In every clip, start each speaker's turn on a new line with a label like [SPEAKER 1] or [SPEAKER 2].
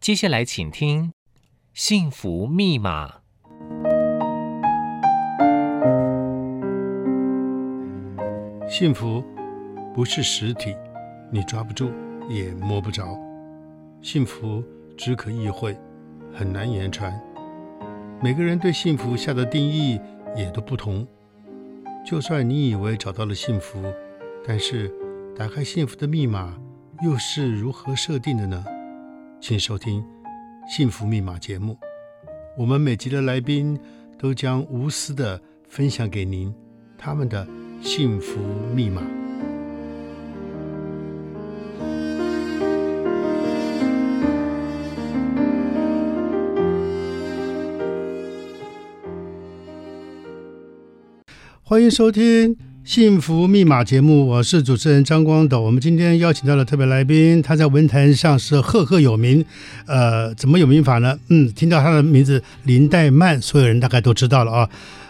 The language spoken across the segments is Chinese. [SPEAKER 1] 接下来请听《幸福密码》。
[SPEAKER 2] 幸福不是实体，你抓不住，也摸不着。幸福只可意会，很难言传。每个人对幸福下的定义也都不同。就算你以为找到了幸福，但是打开幸福的密码又是如何设定的呢？请收听《幸福密码》节目，我们每集的来宾都将无私的分享给您他们的幸福密码。欢迎收听《幸福密码》节目，我是主持人张光斗。我们今天邀请到了特别来宾，他在文坛上是赫赫有名。呃，怎么有名法呢？嗯，听到他的名字林黛曼，所有人大概都知道了啊。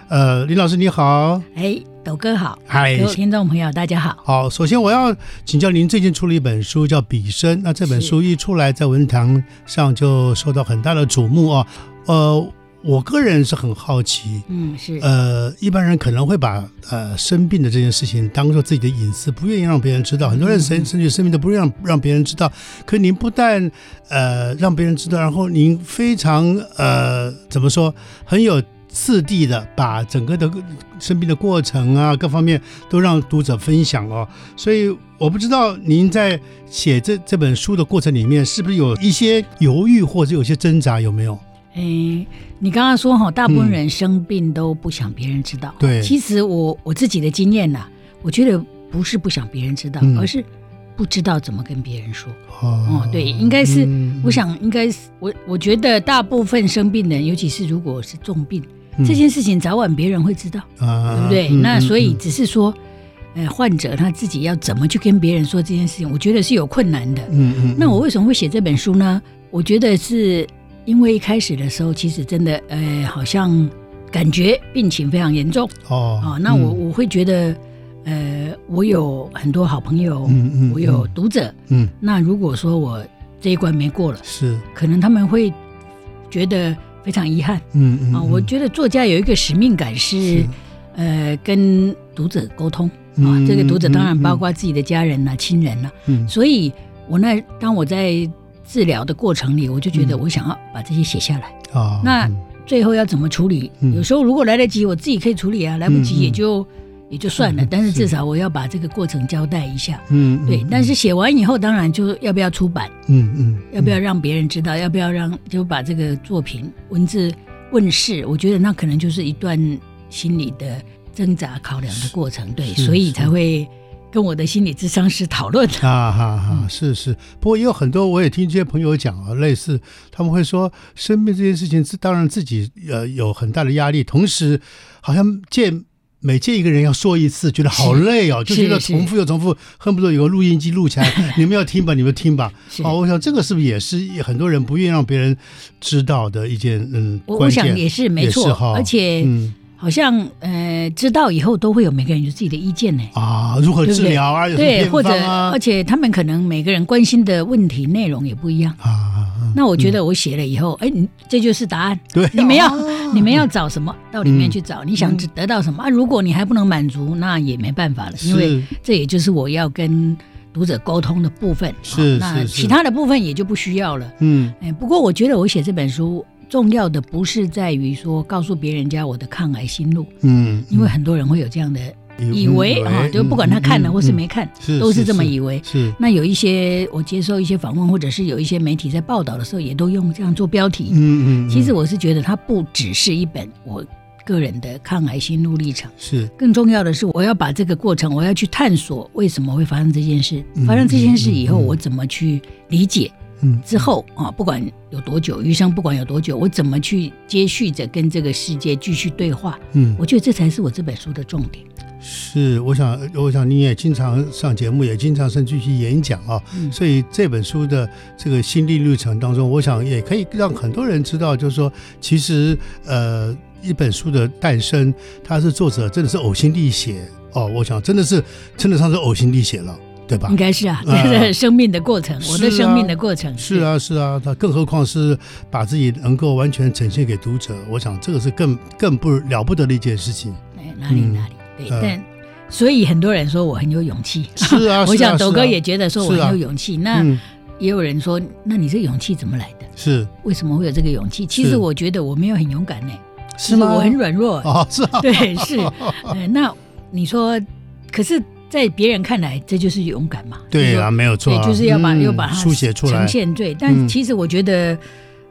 [SPEAKER 2] 呃，林老师你好，
[SPEAKER 3] 哎，斗哥好，
[SPEAKER 2] 嗨
[SPEAKER 3] 各位听众朋友大家好。
[SPEAKER 2] 好，首先我要请教您，最近出了一本书叫《笔生》，那这本
[SPEAKER 3] 是
[SPEAKER 2] 书一出来，在文坛上就受到很大的瞩目啊。呃，我个人是很好奇，
[SPEAKER 3] 嗯，是，
[SPEAKER 2] 呃，一般人可能会把呃生病的这件事情当做自己的隐私，不愿意让别人知道。很多
[SPEAKER 3] 嗯
[SPEAKER 2] 人甚甚至生病都不愿意让让别人知道。可您不但呃让别人知道，然后您非常呃怎么说，很有次第的把整个的生病的过程啊各方面都让读者分享哦。所以我不知道您在写这这本书的过程里面，是不是有一些犹豫或者有些挣扎，有没有？
[SPEAKER 3] 哎，你刚刚说哈，大部分人生病都不想别人知道。
[SPEAKER 2] 对
[SPEAKER 3] 其实我我自己的经验呐、我觉得不是不想别人知道，
[SPEAKER 2] 嗯
[SPEAKER 3] 而是不知道怎么跟别人说。
[SPEAKER 2] 哦
[SPEAKER 3] 哦，对，应该是，
[SPEAKER 2] 嗯
[SPEAKER 3] 我想应该是我我觉得大部分生病的人，尤其是如果是重病，
[SPEAKER 2] 嗯
[SPEAKER 3] 这件事情早晚别人会知道。
[SPEAKER 2] 啊
[SPEAKER 3] 对不对？
[SPEAKER 2] 嗯
[SPEAKER 3] 那
[SPEAKER 2] 嗯
[SPEAKER 3] 所以
[SPEAKER 2] 嗯
[SPEAKER 3] 只是说，呃，患者他自己要怎么去跟别人说这件事情，我觉得是有困难的。
[SPEAKER 2] 嗯嗯，
[SPEAKER 3] 那我为什么会写这本书呢？我觉得是因为一开始的时候，其实真的，呃，好像感觉病情非常严重
[SPEAKER 2] 哦
[SPEAKER 3] 啊、那我、
[SPEAKER 2] 嗯
[SPEAKER 3] 我会觉得，呃，我有很多好朋友，
[SPEAKER 2] 嗯嗯
[SPEAKER 3] 我有读者。
[SPEAKER 2] 嗯
[SPEAKER 3] 那如果说我这一关没过了，
[SPEAKER 2] 是
[SPEAKER 3] 可能他们会觉得非常遗憾啊、
[SPEAKER 2] 嗯嗯嗯
[SPEAKER 3] 我觉得作家有一个使命感是呃，跟读者沟通啊
[SPEAKER 2] 嗯。
[SPEAKER 3] 这个读者当然
[SPEAKER 2] 嗯
[SPEAKER 3] 包括自己的家人呐、啊亲人呐、
[SPEAKER 2] 嗯
[SPEAKER 3] 所以，我那当我在治疗的过程里，我就觉得
[SPEAKER 2] 嗯
[SPEAKER 3] 我想要把这些写下来。
[SPEAKER 2] 啊
[SPEAKER 3] 那
[SPEAKER 2] 嗯
[SPEAKER 3] 最后要怎么处理？
[SPEAKER 2] 嗯
[SPEAKER 3] 有时候如果来得及，我自己可以处理啊；来不及也就、也就算了。
[SPEAKER 2] 嗯
[SPEAKER 3] 但是至
[SPEAKER 2] 是
[SPEAKER 3] 少我要把这个过程交代一下。
[SPEAKER 2] 嗯
[SPEAKER 3] 对，
[SPEAKER 2] 嗯
[SPEAKER 3] 但是写完以后，当然就要不要出版，
[SPEAKER 2] 嗯嗯
[SPEAKER 3] 要不要让别人知道，要不要让就把这个作品文字问世，我觉得那可能就是一段心理的挣扎考量的过程，对，
[SPEAKER 2] 是
[SPEAKER 3] 所以
[SPEAKER 2] 是
[SPEAKER 3] 才会跟我的心理智商师讨论。
[SPEAKER 2] 啊哈
[SPEAKER 3] 嗯
[SPEAKER 2] 哈，是是，不过也有很多，我也听这些朋友讲啊，类似他们会说，生病这件事情是当然自己呃有很大的压力，同时好像见每见一个人要说一次，觉得好
[SPEAKER 3] 是
[SPEAKER 2] 累哦，就觉得
[SPEAKER 3] 是是
[SPEAKER 2] 重复又重复，恨不得有个录音机录起 来，你们要听吧，你们听吧，
[SPEAKER 3] 是
[SPEAKER 2] 哦，我想这个是不是也是很多人不愿意让别人知道的一件嗯
[SPEAKER 3] 我
[SPEAKER 2] 关
[SPEAKER 3] 我
[SPEAKER 2] 键？
[SPEAKER 3] 想也是没
[SPEAKER 2] 也是
[SPEAKER 3] 错，
[SPEAKER 2] 哈
[SPEAKER 3] 而且
[SPEAKER 2] 嗯
[SPEAKER 3] 好像呃知道以后都会有每个人有自己的意见呢。
[SPEAKER 2] 啊，如何
[SPEAKER 3] 对不
[SPEAKER 2] 治
[SPEAKER 3] 对
[SPEAKER 2] 疗啊，有什么
[SPEAKER 3] 对，
[SPEAKER 2] 偏
[SPEAKER 3] 或者
[SPEAKER 2] 方啊
[SPEAKER 3] 而且他们可能每个人关心的问题内容也不一样。
[SPEAKER 2] 啊啊，
[SPEAKER 3] 呃那我觉得我写了以后，
[SPEAKER 2] 嗯
[SPEAKER 3] 哎，你这就是答案。
[SPEAKER 2] 对，
[SPEAKER 3] 你们要
[SPEAKER 2] 啊
[SPEAKER 3] 你们要找什么，到里面
[SPEAKER 2] 嗯
[SPEAKER 3] 去找。你想得到什么啊？如果你还不能满足，那也没办法了，因为
[SPEAKER 2] 是
[SPEAKER 3] 这也就是我要跟读者沟通的部分。
[SPEAKER 2] 是
[SPEAKER 3] 啊那
[SPEAKER 2] 是是
[SPEAKER 3] 其他的部分也就不需要了。
[SPEAKER 2] 嗯
[SPEAKER 3] 哎，不过我觉得我写这本书重要的不是在于说告诉别人家我的抗癌心路，
[SPEAKER 2] 嗯，
[SPEAKER 3] 因为很多人会有这样的
[SPEAKER 2] 嗯
[SPEAKER 3] 以为啊，就不管他看了或是没，看，
[SPEAKER 2] 嗯嗯嗯嗯
[SPEAKER 3] 都是这么以为。
[SPEAKER 2] 是
[SPEAKER 3] 那有一些我接受一些访问，或者是有一些媒体在报道的时候，也都用这样做标题。
[SPEAKER 2] 嗯嗯，
[SPEAKER 3] 其实
[SPEAKER 2] 我
[SPEAKER 3] 我是觉得它不只是一本我个人的抗癌心路历程，
[SPEAKER 2] 是
[SPEAKER 3] 更重要的是我要把这个过程，我要去探索为什么会发生这件事
[SPEAKER 2] 嗯，
[SPEAKER 3] 发生这件事以后，
[SPEAKER 2] 嗯嗯
[SPEAKER 3] 我怎么去理解。
[SPEAKER 2] 嗯
[SPEAKER 3] 之后啊，不管有多久，余生不管有多久，我怎么去接续着跟这个世界继续对话？
[SPEAKER 2] 嗯
[SPEAKER 3] 我觉得这才是我这本书的重点。
[SPEAKER 2] 是，我想我想你也经常上节目，也经常甚至去演讲啊，
[SPEAKER 3] 嗯，
[SPEAKER 2] 所以这本书的这个心历历程当中，我想也可以让很多人知道，就是说，其实呃，一本书的诞生，它是作者真的是呕心沥血哦，我想真的是称得上是呕心沥血了。对吧
[SPEAKER 3] 应？该是啊，
[SPEAKER 2] 啊
[SPEAKER 3] 这是生命的过程，我
[SPEAKER 2] 是啊
[SPEAKER 3] 的生命的过程
[SPEAKER 2] 是，啊，是啊，他更何况是把自己能够完全呈现给读者，我想这个是更更不了不得的一件事情。
[SPEAKER 3] 对哎哪里
[SPEAKER 2] 嗯
[SPEAKER 3] 哪里，对，
[SPEAKER 2] 呃
[SPEAKER 3] 但所以很多人说我很有勇气，
[SPEAKER 2] 是啊， 是
[SPEAKER 3] 我
[SPEAKER 2] 啊
[SPEAKER 3] 想
[SPEAKER 2] 是啊
[SPEAKER 3] 斗哥也觉得说我
[SPEAKER 2] 是啊
[SPEAKER 3] 很有勇气，那
[SPEAKER 2] 嗯
[SPEAKER 3] 也有人说，那你这勇气怎么来的？
[SPEAKER 2] 是
[SPEAKER 3] 为什么会有这个勇气？其
[SPEAKER 2] 是
[SPEAKER 3] 实我觉得我没有很勇敢呢，
[SPEAKER 2] 是吗？
[SPEAKER 3] 我很软弱，
[SPEAKER 2] 哦，是啊，
[SPEAKER 3] 对，是，呃，那你说，可是，在别人看来，这就是勇敢嘛？
[SPEAKER 2] 对
[SPEAKER 3] 啊
[SPEAKER 2] 啊，，没有错
[SPEAKER 3] 对，
[SPEAKER 2] 啊，
[SPEAKER 3] 就是要把、
[SPEAKER 2] 嗯
[SPEAKER 3] 要把它
[SPEAKER 2] 书写出来
[SPEAKER 3] 呈，现对。
[SPEAKER 2] 嗯
[SPEAKER 3] 但其实我觉得，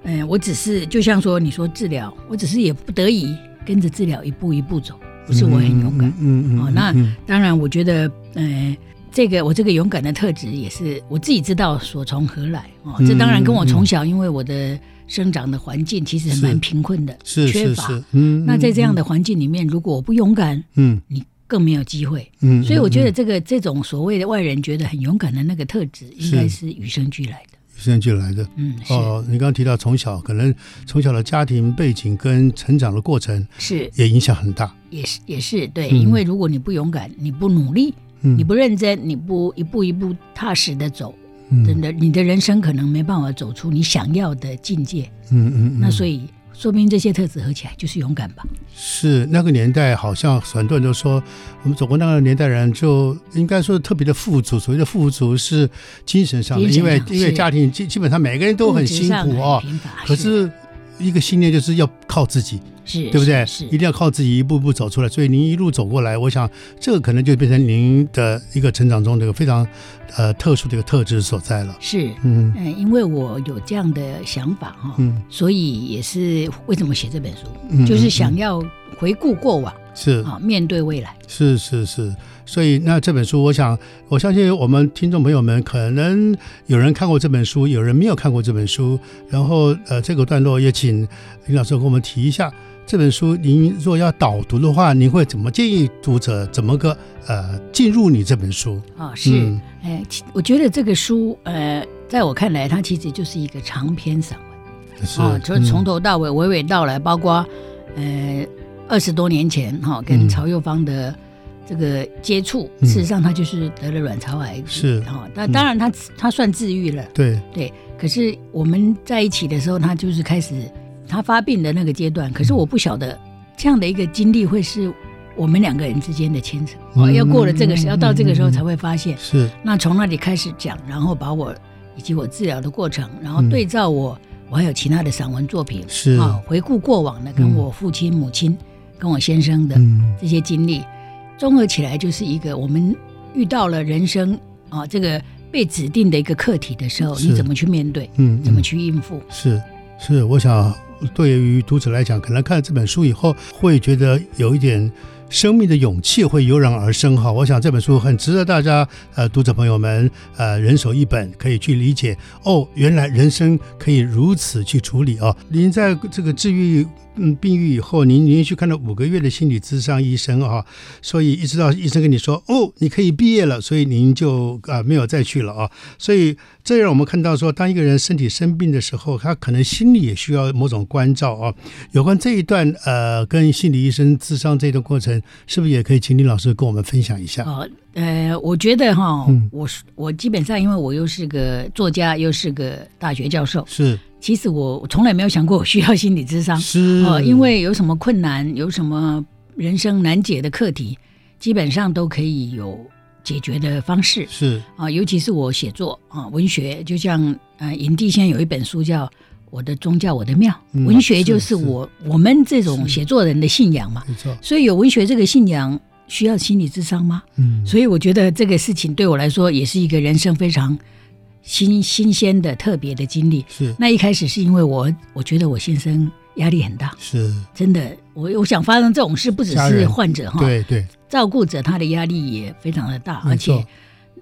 [SPEAKER 3] 嗯、我只是就像说，你说治疗，我只是也不得已跟着治疗一步一步走，不是我很勇敢。
[SPEAKER 2] 嗯
[SPEAKER 3] 哦那当然，我觉得，呃。这个我这个勇敢的特质也是我自己知道所从何来哦，
[SPEAKER 2] 嗯
[SPEAKER 3] 这当然跟我从小因为我的生长的环境其实
[SPEAKER 2] 是
[SPEAKER 3] 蛮贫困的，
[SPEAKER 2] 是
[SPEAKER 3] 缺
[SPEAKER 2] 是
[SPEAKER 3] 乏。
[SPEAKER 2] 是，嗯
[SPEAKER 3] 那在这样的环境里面，如果我不勇敢，
[SPEAKER 2] 嗯
[SPEAKER 3] 你更没有机会。
[SPEAKER 2] 嗯，
[SPEAKER 3] 所以我觉
[SPEAKER 2] 得。
[SPEAKER 3] 得这个这种所谓的外人觉得很勇敢的那个特质，应该是与生俱来的。
[SPEAKER 2] 与生俱来的。
[SPEAKER 3] 嗯，是、
[SPEAKER 2] 哦，你刚刚提到从小，可能从小的家庭背景跟成长的过程
[SPEAKER 3] 是，
[SPEAKER 2] 也影响很大。
[SPEAKER 3] 也是也是对，
[SPEAKER 2] 嗯
[SPEAKER 3] 因为如果你不勇敢，你不努力，
[SPEAKER 2] 嗯，
[SPEAKER 3] 你不认真，你不一步一步踏实的走，
[SPEAKER 2] 嗯
[SPEAKER 3] 真的，你的人生可能没办法走出你想要的境界。
[SPEAKER 2] 嗯嗯，
[SPEAKER 3] 那所
[SPEAKER 2] 以
[SPEAKER 3] 以。说明这些特质合起来就是勇敢吧？
[SPEAKER 2] 是那个年代，好像很多人都说，我们走过那个年代人就应该说特别的富足。所谓的富足是精神上的，
[SPEAKER 3] 精
[SPEAKER 2] 因
[SPEAKER 3] 神上
[SPEAKER 2] 为因为
[SPEAKER 3] 是
[SPEAKER 2] 家庭基基本上每个人都很
[SPEAKER 3] 物质
[SPEAKER 2] 辛
[SPEAKER 3] 上
[SPEAKER 2] 苦哦
[SPEAKER 3] 很，贫乏
[SPEAKER 2] 可是。一个信念就是要靠自己，
[SPEAKER 3] 是
[SPEAKER 2] 对不对？
[SPEAKER 3] 是
[SPEAKER 2] 一定要靠自己一步步走出来。所以您一路走过来，我想这个可能就变成您的一个成长中的一个非常呃特殊的一个特质所在了。
[SPEAKER 3] 是，
[SPEAKER 2] 嗯
[SPEAKER 3] 嗯，因为我有这样的想法哈、
[SPEAKER 2] 嗯
[SPEAKER 3] 所以也是为什么写这本书，
[SPEAKER 2] 嗯，
[SPEAKER 3] 就是
[SPEAKER 2] 嗯
[SPEAKER 3] 想
[SPEAKER 2] 嗯
[SPEAKER 3] 要回顾过往
[SPEAKER 2] 是
[SPEAKER 3] 啊，面对未来。
[SPEAKER 2] 是是是，所以那这本书，我想我相信我们听众朋友们可能有人看过这本书，有人没有看过这本书。然后呃，这个段落也请林老师给我们提一下这本书。您若要导读的话，您会怎么建议读者怎么个呃进入你这本书？
[SPEAKER 3] 啊，是，
[SPEAKER 2] 嗯
[SPEAKER 3] 哎、其我觉得这个书，呃，在我看来，它其实就是一个长篇散文
[SPEAKER 2] 是嗯
[SPEAKER 3] 啊，就是从
[SPEAKER 2] 头
[SPEAKER 3] 头到尾，娓娓道来，包括呃二十多年前哈、跟
[SPEAKER 2] 嗯
[SPEAKER 3] 曹幼芳的这个接触，
[SPEAKER 2] 嗯
[SPEAKER 3] 事实上他就是得了卵巢癌，
[SPEAKER 2] 是嗯
[SPEAKER 3] 哈，那、当然他、他算治愈了，
[SPEAKER 2] 对
[SPEAKER 3] 对，可是我们在一起的时候，他就是开始他发病的那个阶段，可是我不晓得这样的一个经历会是我们两个人之间的牵扯。哦，
[SPEAKER 2] 嗯
[SPEAKER 3] 要过了这个时，
[SPEAKER 2] 嗯
[SPEAKER 3] 要到这个时候
[SPEAKER 2] 嗯嗯
[SPEAKER 3] 才会发现。
[SPEAKER 2] 是
[SPEAKER 3] 那从那里开始讲，然后把我以及我治疗的过程，然后
[SPEAKER 2] 嗯
[SPEAKER 3] 对照我，我还有其他的散文作品，
[SPEAKER 2] 是
[SPEAKER 3] 啊、回顾过往的，
[SPEAKER 2] 嗯
[SPEAKER 3] 跟我父亲、母亲、跟我先生的
[SPEAKER 2] 嗯
[SPEAKER 3] 这些经历，综合起来就是一个我们遇到了人生啊这个被指定的一个课题的时候，
[SPEAKER 2] 是
[SPEAKER 3] 你怎么去面对，
[SPEAKER 2] 嗯
[SPEAKER 3] 怎么
[SPEAKER 2] 嗯
[SPEAKER 3] 去应付？
[SPEAKER 2] 是是，我想对于读者来讲，可能看了这本书以后，会觉得有一点生命的勇气会油然而生哈。我想这本书很值得大家呃读者朋友们呃人手一本，可以去理解哦，原来人生可以如此去处理哦。您在这个治愈。嗯，病愈以后，您您去看了五个月的心理咨商医生啊，所以一直到医生跟你说，哦，你可以毕业了，所以您就啊、没有再去了啊。所以这让我们看到说，当一个人身体生病的时候，他可能心理也需要某种关照啊。有关这一段呃，跟心理医生咨商这段过程，是不是也可以请李老师跟我们分享一下？
[SPEAKER 3] 哦，呃，我觉得哈，
[SPEAKER 2] 嗯
[SPEAKER 3] 我是我基本上因为我又是个作家，又是个大学教授，
[SPEAKER 2] 是
[SPEAKER 3] 其实我我从来没有想过我需要心理智商。
[SPEAKER 2] 是
[SPEAKER 3] 哦，因为有什么困难，有什么人生难解的课题，基本上都可以有解决的方式
[SPEAKER 2] 是
[SPEAKER 3] 啊、尤其是我写作啊、文学，就像呃，影帝现在有一本书叫《我的宗教我的庙》，
[SPEAKER 2] 嗯
[SPEAKER 3] 文学就是是
[SPEAKER 2] 是
[SPEAKER 3] 我我们这种
[SPEAKER 2] 是
[SPEAKER 3] 写作人的信仰嘛。
[SPEAKER 2] 没错，
[SPEAKER 3] 所以有文学这个信仰，需要心理智商吗？
[SPEAKER 2] 嗯，
[SPEAKER 3] 所以我觉得这个事情对我来说也是一个人生非常新新鲜的特别的经历。
[SPEAKER 2] 是
[SPEAKER 3] 那一开始是因为我我觉得我先生压力很大，
[SPEAKER 2] 是，
[SPEAKER 3] 真的，我我想发生这种事不只
[SPEAKER 2] 家
[SPEAKER 3] 是
[SPEAKER 2] 人
[SPEAKER 3] 患者哈，
[SPEAKER 2] 对对，
[SPEAKER 3] 照顾者他的压力也非常的大，
[SPEAKER 2] 没
[SPEAKER 3] 而
[SPEAKER 2] 错
[SPEAKER 3] 且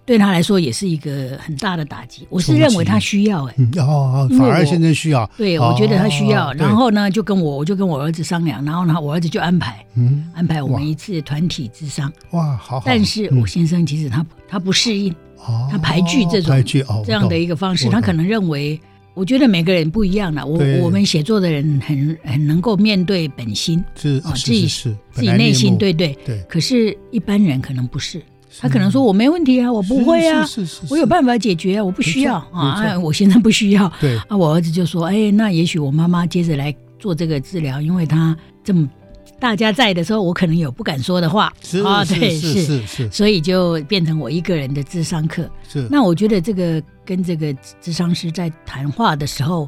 [SPEAKER 3] 对他来说也是一个很大的打击。我是
[SPEAKER 2] 冲击
[SPEAKER 3] 认为他需要哎、
[SPEAKER 2] 嗯，哦，哦
[SPEAKER 3] 因为
[SPEAKER 2] 反而
[SPEAKER 3] 我
[SPEAKER 2] 现在需要，
[SPEAKER 3] 对我觉得他需要。
[SPEAKER 2] 哦对
[SPEAKER 3] 然后呢，就跟我我就跟我儿子商量，然后呢，我儿子就安排
[SPEAKER 2] 嗯，
[SPEAKER 3] 安排我
[SPEAKER 2] 哇
[SPEAKER 3] 们一次团体智商。
[SPEAKER 2] 哇，好好，嗯
[SPEAKER 3] 但是我先生其实他他不适应
[SPEAKER 2] 他
[SPEAKER 3] 他排拒这种
[SPEAKER 2] 排拒哦，
[SPEAKER 3] 这样的一个方式，
[SPEAKER 2] 我
[SPEAKER 3] 他
[SPEAKER 2] 懂
[SPEAKER 3] 可能认为。我觉得每个人不一样了，我
[SPEAKER 2] 对
[SPEAKER 3] 我们写作的人很很能够面对本心，
[SPEAKER 2] 个是啊
[SPEAKER 3] 哦
[SPEAKER 2] 是
[SPEAKER 3] 自己
[SPEAKER 2] 是是
[SPEAKER 3] 自己内心对对
[SPEAKER 2] 对
[SPEAKER 3] 可是，一般人可能不是，他可能说我没问题啊，我不会啊，
[SPEAKER 2] 嗯是是是是
[SPEAKER 3] 我有办法解决啊，我不需要
[SPEAKER 2] 没错没
[SPEAKER 3] 啊，
[SPEAKER 2] 错
[SPEAKER 3] 哎我现在不需要。
[SPEAKER 2] 对
[SPEAKER 3] 啊，我儿子就说：“哎，那也许我妈妈接着来做这个治疗，因为她这么大家在的时候，我可能有不敢说的话
[SPEAKER 2] 是
[SPEAKER 3] 啊，对
[SPEAKER 2] 是是是是
[SPEAKER 3] 所以就变成我一个人的智商课。
[SPEAKER 2] 是，
[SPEAKER 3] 那我觉得这个跟这个智商师在谈话的时候，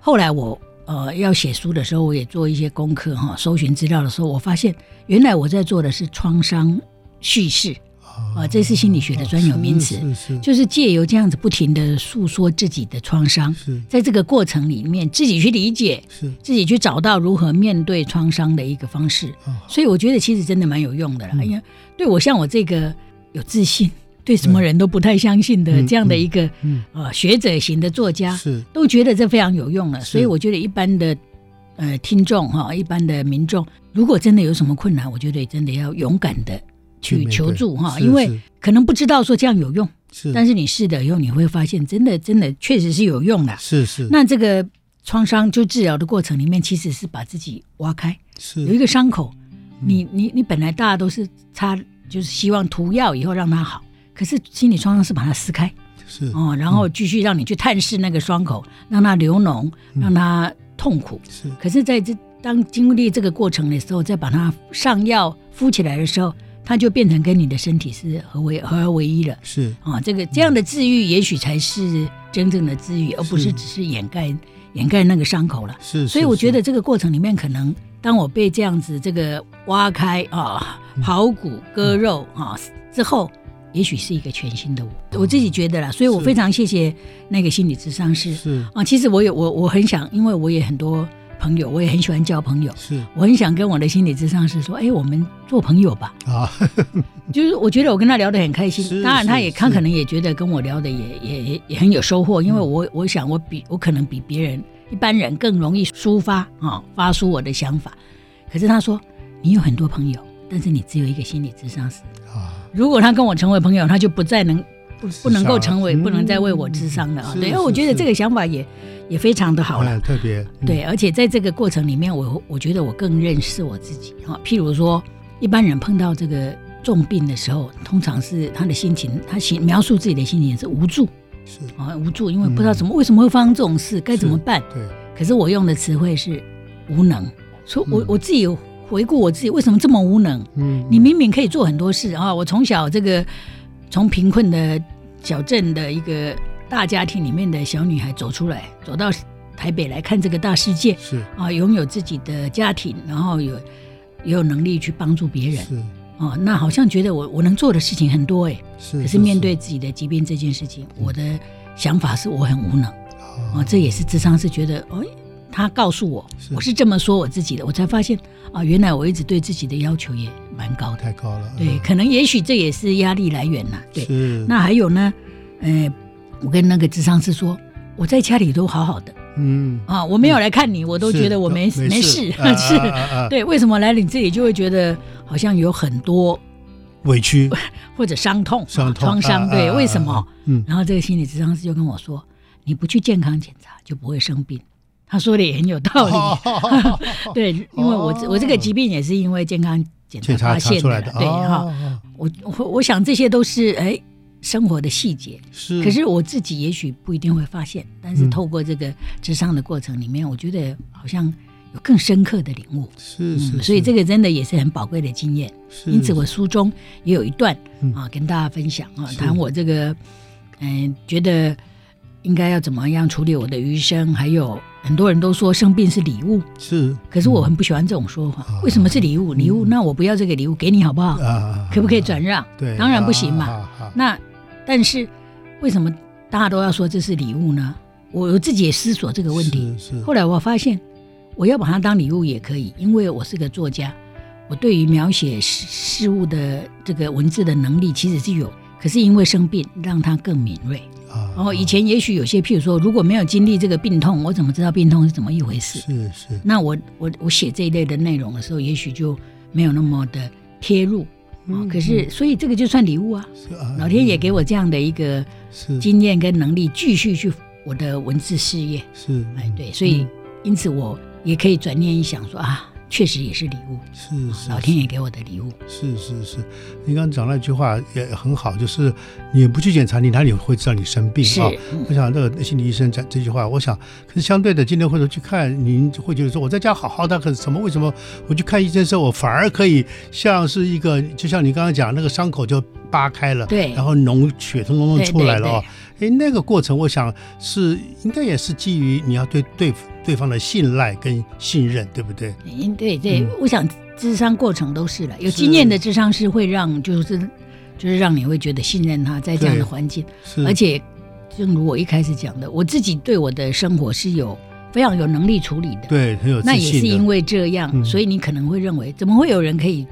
[SPEAKER 3] 后来我呃要写书的时候，我也做一些功课哈，搜寻资料的时候，我发现原来我在做的是创伤叙事，
[SPEAKER 2] 啊
[SPEAKER 3] 啊这是心理学的专有名词
[SPEAKER 2] 是是
[SPEAKER 3] 就是借由这样子不停的诉说自己的创伤，
[SPEAKER 2] 是
[SPEAKER 3] 在这个过程里面自己去理解，
[SPEAKER 2] 是
[SPEAKER 3] 自己去找到如何面对创伤的一个方式。
[SPEAKER 2] 啊，
[SPEAKER 3] 所以我觉得其实真的蛮有用的
[SPEAKER 2] 嗯
[SPEAKER 3] 啦。因为对我像我这个有自信，对什么人都不太相信的
[SPEAKER 2] 嗯
[SPEAKER 3] 这样的一个、
[SPEAKER 2] 嗯
[SPEAKER 3] 呃学者型的作家，
[SPEAKER 2] 是
[SPEAKER 3] 都觉得这非常有用了。
[SPEAKER 2] 是
[SPEAKER 3] 所以我觉得一般的呃听众哈，一般的民众，如果真的有什么困难，我觉得真的要勇敢的去
[SPEAKER 2] 面
[SPEAKER 3] 求
[SPEAKER 2] 对
[SPEAKER 3] 助哈，
[SPEAKER 2] 是
[SPEAKER 3] 因为
[SPEAKER 2] 是
[SPEAKER 3] 可能不知道说这样有用，
[SPEAKER 2] 是，
[SPEAKER 3] 但是你试了以后，你会发现真的真的确实是有用的。
[SPEAKER 2] 是是
[SPEAKER 3] 那这个创伤就治疗的过程里面，其实是把自己挖开。
[SPEAKER 2] 是
[SPEAKER 3] 有一个伤口，你你你本来大家都是擦，就是希望涂药以后让它好，可是心理创伤是把它撕开
[SPEAKER 2] 是
[SPEAKER 3] 哦，然后继续让你去探视那个伤口，让它流脓，让它痛苦。
[SPEAKER 2] 是
[SPEAKER 3] 可是在这当经历这个过程的时候，再把它上药敷起来的时候，它就变成跟你的身体是合为合而为一了。
[SPEAKER 2] 是
[SPEAKER 3] 啊、这个这样的治愈，也许才是真正的治愈，而不是
[SPEAKER 2] 是
[SPEAKER 3] 只是掩盖掩盖那个伤口了。
[SPEAKER 2] 是，
[SPEAKER 3] 所以
[SPEAKER 2] 是
[SPEAKER 3] 我觉
[SPEAKER 2] 是
[SPEAKER 3] 得这个过程里面，可能当我被这样子这个挖开啊、
[SPEAKER 2] 嗯
[SPEAKER 3] 刨骨割肉啊之后，也许是一个全新的我。我自己觉得啦，所以我
[SPEAKER 2] 是
[SPEAKER 3] 非常谢谢那个心理咨商师
[SPEAKER 2] 是
[SPEAKER 3] 啊。其实我有我我很想，因为我也很多朋友，我也很喜欢交朋友，
[SPEAKER 2] 是
[SPEAKER 3] 我很想跟我的心理咨商师说，哎，我们做朋友吧。
[SPEAKER 2] 啊，
[SPEAKER 3] 就是我觉得我跟他聊得很开心，
[SPEAKER 2] 是
[SPEAKER 3] 当然他也
[SPEAKER 2] 是
[SPEAKER 3] 他
[SPEAKER 2] 是
[SPEAKER 3] 可能也觉得跟我聊的也也也也很有收获，因为
[SPEAKER 2] 嗯
[SPEAKER 3] 我我想我比我可能比别人一般人更容易抒发啊、发出我的想法。可是他说你有很多朋友，但是你只有一个心理智商师。
[SPEAKER 2] 啊，
[SPEAKER 3] 如果他跟我成为朋友，他就不再能不
[SPEAKER 2] 是
[SPEAKER 3] 不能够
[SPEAKER 2] 啥
[SPEAKER 3] 成为、
[SPEAKER 2] 嗯
[SPEAKER 3] 不能再为我智商了啊。
[SPEAKER 2] 是
[SPEAKER 3] 对，
[SPEAKER 2] 是
[SPEAKER 3] 我觉得
[SPEAKER 2] 是
[SPEAKER 3] 这个想法也也非常的好了。
[SPEAKER 2] 哎特别
[SPEAKER 3] 对，而且在这个过程里面，我我觉得我更认识我自己哈。譬如说，一般人碰到这个重病的时候，通常是他的心情，他形描述自己的心情是无助
[SPEAKER 2] 嗯是
[SPEAKER 3] 啊，无助，因为不知道怎么、为什么会发生这种事，该怎么
[SPEAKER 2] 是
[SPEAKER 3] 办。
[SPEAKER 2] 对
[SPEAKER 3] 可是我用的词汇是无能，所以我、
[SPEAKER 2] 嗯
[SPEAKER 3] 我自己有回顾我自己为什么这么无能，
[SPEAKER 2] 嗯
[SPEAKER 3] 你明明可以做很多事啊！我从小这个从贫困的小镇的一个大家庭里面的小女孩走出来，走到台北来看这个大世界
[SPEAKER 2] 是
[SPEAKER 3] 啊，拥有自己的家庭，然后有也有能力去帮助别人
[SPEAKER 2] 是
[SPEAKER 3] 啊，那好像觉得我我能做的事情很多哎、
[SPEAKER 2] 是，
[SPEAKER 3] 可是嗯面对自己的疾病这件事情，我的想法是我很无能啊，
[SPEAKER 2] 啊
[SPEAKER 3] 这也是智商是觉得哦。他告诉我，
[SPEAKER 2] 是
[SPEAKER 3] 我是这么说我自己的，我才发现啊，原来我一直对自己的要求也蛮高的。
[SPEAKER 2] 太高了，
[SPEAKER 3] 对，
[SPEAKER 2] 嗯
[SPEAKER 3] 可能也许这也是压力来源呐。对，
[SPEAKER 2] 是
[SPEAKER 3] 那还有呢，呃，我跟那个智商是说，我在家里都好好的
[SPEAKER 2] 嗯，
[SPEAKER 3] 啊，我没有来看你，我
[SPEAKER 2] 我
[SPEAKER 3] 都觉得我没没事，
[SPEAKER 2] 啊
[SPEAKER 3] 啊是，
[SPEAKER 2] 对
[SPEAKER 3] 对，为什么来你这里就会觉得好像有很多
[SPEAKER 2] 委屈
[SPEAKER 3] 或者伤痛、
[SPEAKER 2] 伤痛
[SPEAKER 3] 创伤，
[SPEAKER 2] 啊
[SPEAKER 3] 对，
[SPEAKER 2] 啊
[SPEAKER 3] 为什么？
[SPEAKER 2] 啊啊嗯
[SPEAKER 3] 然后这个心理智商师就跟我说，你不去健康检查就不会生病。他说的也很有嗯道理，
[SPEAKER 2] 哦
[SPEAKER 3] 对，因为我这我这个疾病也是因为健康检查
[SPEAKER 2] 检查
[SPEAKER 3] 发
[SPEAKER 2] 查
[SPEAKER 3] 现
[SPEAKER 2] 出来
[SPEAKER 3] 的
[SPEAKER 2] 的，
[SPEAKER 3] 啦对哈、
[SPEAKER 2] 哦
[SPEAKER 3] 我我我想这些都是哎生活的细节，
[SPEAKER 2] 是，
[SPEAKER 3] 可是我自己也许不一定会发现，但是
[SPEAKER 2] 嗯
[SPEAKER 3] 透过这个智商的过程里面，我觉得好像有更深刻的领悟，
[SPEAKER 2] 是
[SPEAKER 3] 嗯
[SPEAKER 2] 是，
[SPEAKER 3] 所以这
[SPEAKER 2] 个
[SPEAKER 3] 个真的也是很宝贵的经验。因此我书中也有一段
[SPEAKER 2] 嗯
[SPEAKER 3] 啊跟大家分享啊，
[SPEAKER 2] 是
[SPEAKER 3] 谈我这个嗯、觉得应该要怎么样处理我的余生，还有很多人都说生病是礼物，
[SPEAKER 2] 是
[SPEAKER 3] 可是我很不喜欢这种说法，
[SPEAKER 2] 嗯啊
[SPEAKER 3] 为什么是礼物？礼物那我不要这个礼物给你好不好？
[SPEAKER 2] 啊，
[SPEAKER 3] 可不可以转让？
[SPEAKER 2] 对，
[SPEAKER 3] 当然不行嘛。
[SPEAKER 2] 啊，啊啊
[SPEAKER 3] 那但是为什么大家都要说这是礼物呢？我我自己也思索这个问题。
[SPEAKER 2] 是是
[SPEAKER 3] 后来我发现，我要把它当礼物也可以，因为我是个作家，我对于描写事事物的这个文字的能力其实是有，可是因为生病让它更敏锐。
[SPEAKER 2] 啊，
[SPEAKER 3] 然后以前也许有些，譬如说，如果没有经历这个病痛，我怎么知道病痛是怎么一回事？
[SPEAKER 2] 是是
[SPEAKER 3] 那我我我写这一类的内容的时候，也许就没有那么的贴入啊、
[SPEAKER 2] 嗯
[SPEAKER 3] 可是，所以这个就算礼物啊。
[SPEAKER 2] 是啊，
[SPEAKER 3] 老天也给我这样的一个
[SPEAKER 2] 是
[SPEAKER 3] 经验跟能力，继续去我的文字事业。
[SPEAKER 2] 是
[SPEAKER 3] 哎嗯哎，对，所以因此我也可以转念一想说啊，确实也是礼物，
[SPEAKER 2] 是是
[SPEAKER 3] 老天爷给我的礼物。
[SPEAKER 2] 是是是，你刚刚讲那句话也很好，就是你不去检查，你哪里会知道你生病
[SPEAKER 3] 是嗯
[SPEAKER 2] 啊？我想这个心理医生讲这句话，我想，可是相对的，今天回头去看，您就会觉得说，我在家好好的，可是什么？为什么我去看医生的时候，我反而可以像是一个，就像你刚刚讲那个伤口就扒开了，
[SPEAKER 3] 对
[SPEAKER 2] 然后脓血从脓
[SPEAKER 3] 对
[SPEAKER 2] 中出来了
[SPEAKER 3] 对
[SPEAKER 2] 哦。哎，那个过程，我想是应该也是基于你要对对对方的信赖跟信任，对不对？
[SPEAKER 3] 嗯，对对，
[SPEAKER 2] 嗯
[SPEAKER 3] 我想智商过程都是了，有
[SPEAKER 2] 是
[SPEAKER 3] 经验的智商是会让就是就是让你会觉得信任他，在这样的环境，
[SPEAKER 2] 是，
[SPEAKER 3] 而且正如我一开始讲的，我自己对我的生活是有非常有能力处理的，
[SPEAKER 2] 对很有自
[SPEAKER 3] 那也
[SPEAKER 2] 信
[SPEAKER 3] 是
[SPEAKER 2] 的，
[SPEAKER 3] 因为这样，
[SPEAKER 2] 嗯
[SPEAKER 3] 所以你可能会认为怎么会有人可以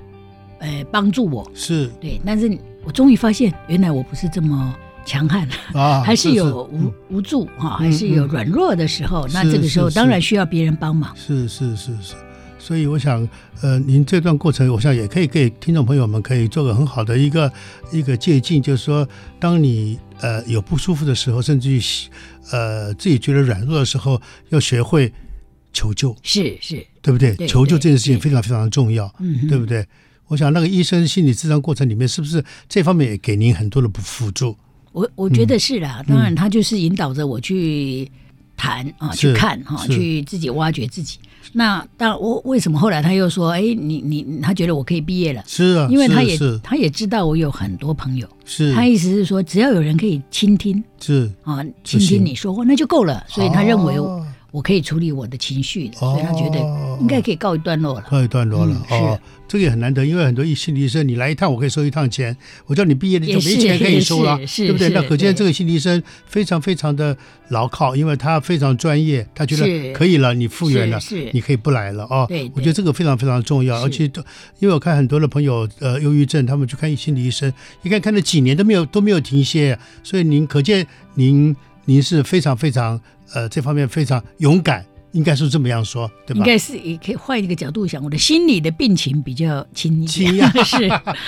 [SPEAKER 3] 呃帮助我？
[SPEAKER 2] 是
[SPEAKER 3] 对，但是我终于发现，原来我不是这么强悍。
[SPEAKER 2] 啊，
[SPEAKER 3] 还是有
[SPEAKER 2] 嗯
[SPEAKER 3] 无无助哈，还是有
[SPEAKER 2] 嗯
[SPEAKER 3] 软弱的时候。那
[SPEAKER 2] 是
[SPEAKER 3] 这个时候
[SPEAKER 2] 是
[SPEAKER 3] 当然
[SPEAKER 2] 是
[SPEAKER 3] 需要别人帮忙。
[SPEAKER 2] 是是是是，所以我想，呃，您这段过程，我想也可以给听众朋友们可以做个很好的一个一个借鉴，就是说，当你呃有不舒服的时候，甚至于呃自己觉得软弱的时候，要学会求救，
[SPEAKER 3] 是是，
[SPEAKER 2] 对不对？
[SPEAKER 3] 对
[SPEAKER 2] 求救这件事情
[SPEAKER 3] 对
[SPEAKER 2] 非常非常的重要，
[SPEAKER 3] 嗯哼，
[SPEAKER 2] 对不对？我想那个医生心理治疗过程里面，是不是这方面也给您很多的辅助？
[SPEAKER 3] 我
[SPEAKER 2] 嗯
[SPEAKER 3] 我觉得是啦。当然，他就是引导着我去谈啊，
[SPEAKER 2] 是
[SPEAKER 3] 去看哈，
[SPEAKER 2] 是
[SPEAKER 3] 去自己挖掘自己。那但我为什么后来他又说，哎，你你他觉得我可以毕业了？
[SPEAKER 2] 是啊，
[SPEAKER 3] 因为
[SPEAKER 2] 是
[SPEAKER 3] 他也
[SPEAKER 2] 是嗯
[SPEAKER 3] 他也知道我有很多朋友，
[SPEAKER 2] 是
[SPEAKER 3] 他意思是说，只要有人可以倾听
[SPEAKER 2] 是，
[SPEAKER 3] 啊，
[SPEAKER 2] 就
[SPEAKER 3] 倾
[SPEAKER 2] 行
[SPEAKER 3] 听你说话，那就够了。所以他认为我
[SPEAKER 2] 哦
[SPEAKER 3] 我可以处理我的情绪，所以他觉
[SPEAKER 2] 哦
[SPEAKER 3] 得应该可以告一段落了。
[SPEAKER 2] 告一段落了、
[SPEAKER 3] 嗯
[SPEAKER 2] 哦，这个也很难得，因为很多医心理医生，你来一趟我可以收一趟钱，我叫你毕业你就
[SPEAKER 3] 也是
[SPEAKER 2] 没钱可以收了，
[SPEAKER 3] 也是
[SPEAKER 2] 对不对？
[SPEAKER 3] 是
[SPEAKER 2] 那可见
[SPEAKER 3] 对
[SPEAKER 2] 这个心理医生非常非常的牢靠，因为他非常专业，他觉得
[SPEAKER 3] 是
[SPEAKER 2] 可以了，你复原了，
[SPEAKER 3] 是是
[SPEAKER 2] 你可以不来了哦。
[SPEAKER 3] 对对
[SPEAKER 2] 我觉得这个非常非常重要，
[SPEAKER 3] 是
[SPEAKER 2] 而且都因为我看很多的朋友呃忧郁症，他们去看心理医生，一看看了几年都没有都没有停歇，所以您可见您您是非常非常呃这方面非常勇敢，应该是这么样说，对吧？
[SPEAKER 3] 应该是也可以换一个角度想，我的心理的病情比较轻一
[SPEAKER 2] 轻
[SPEAKER 3] 点，
[SPEAKER 2] 呀
[SPEAKER 3] 是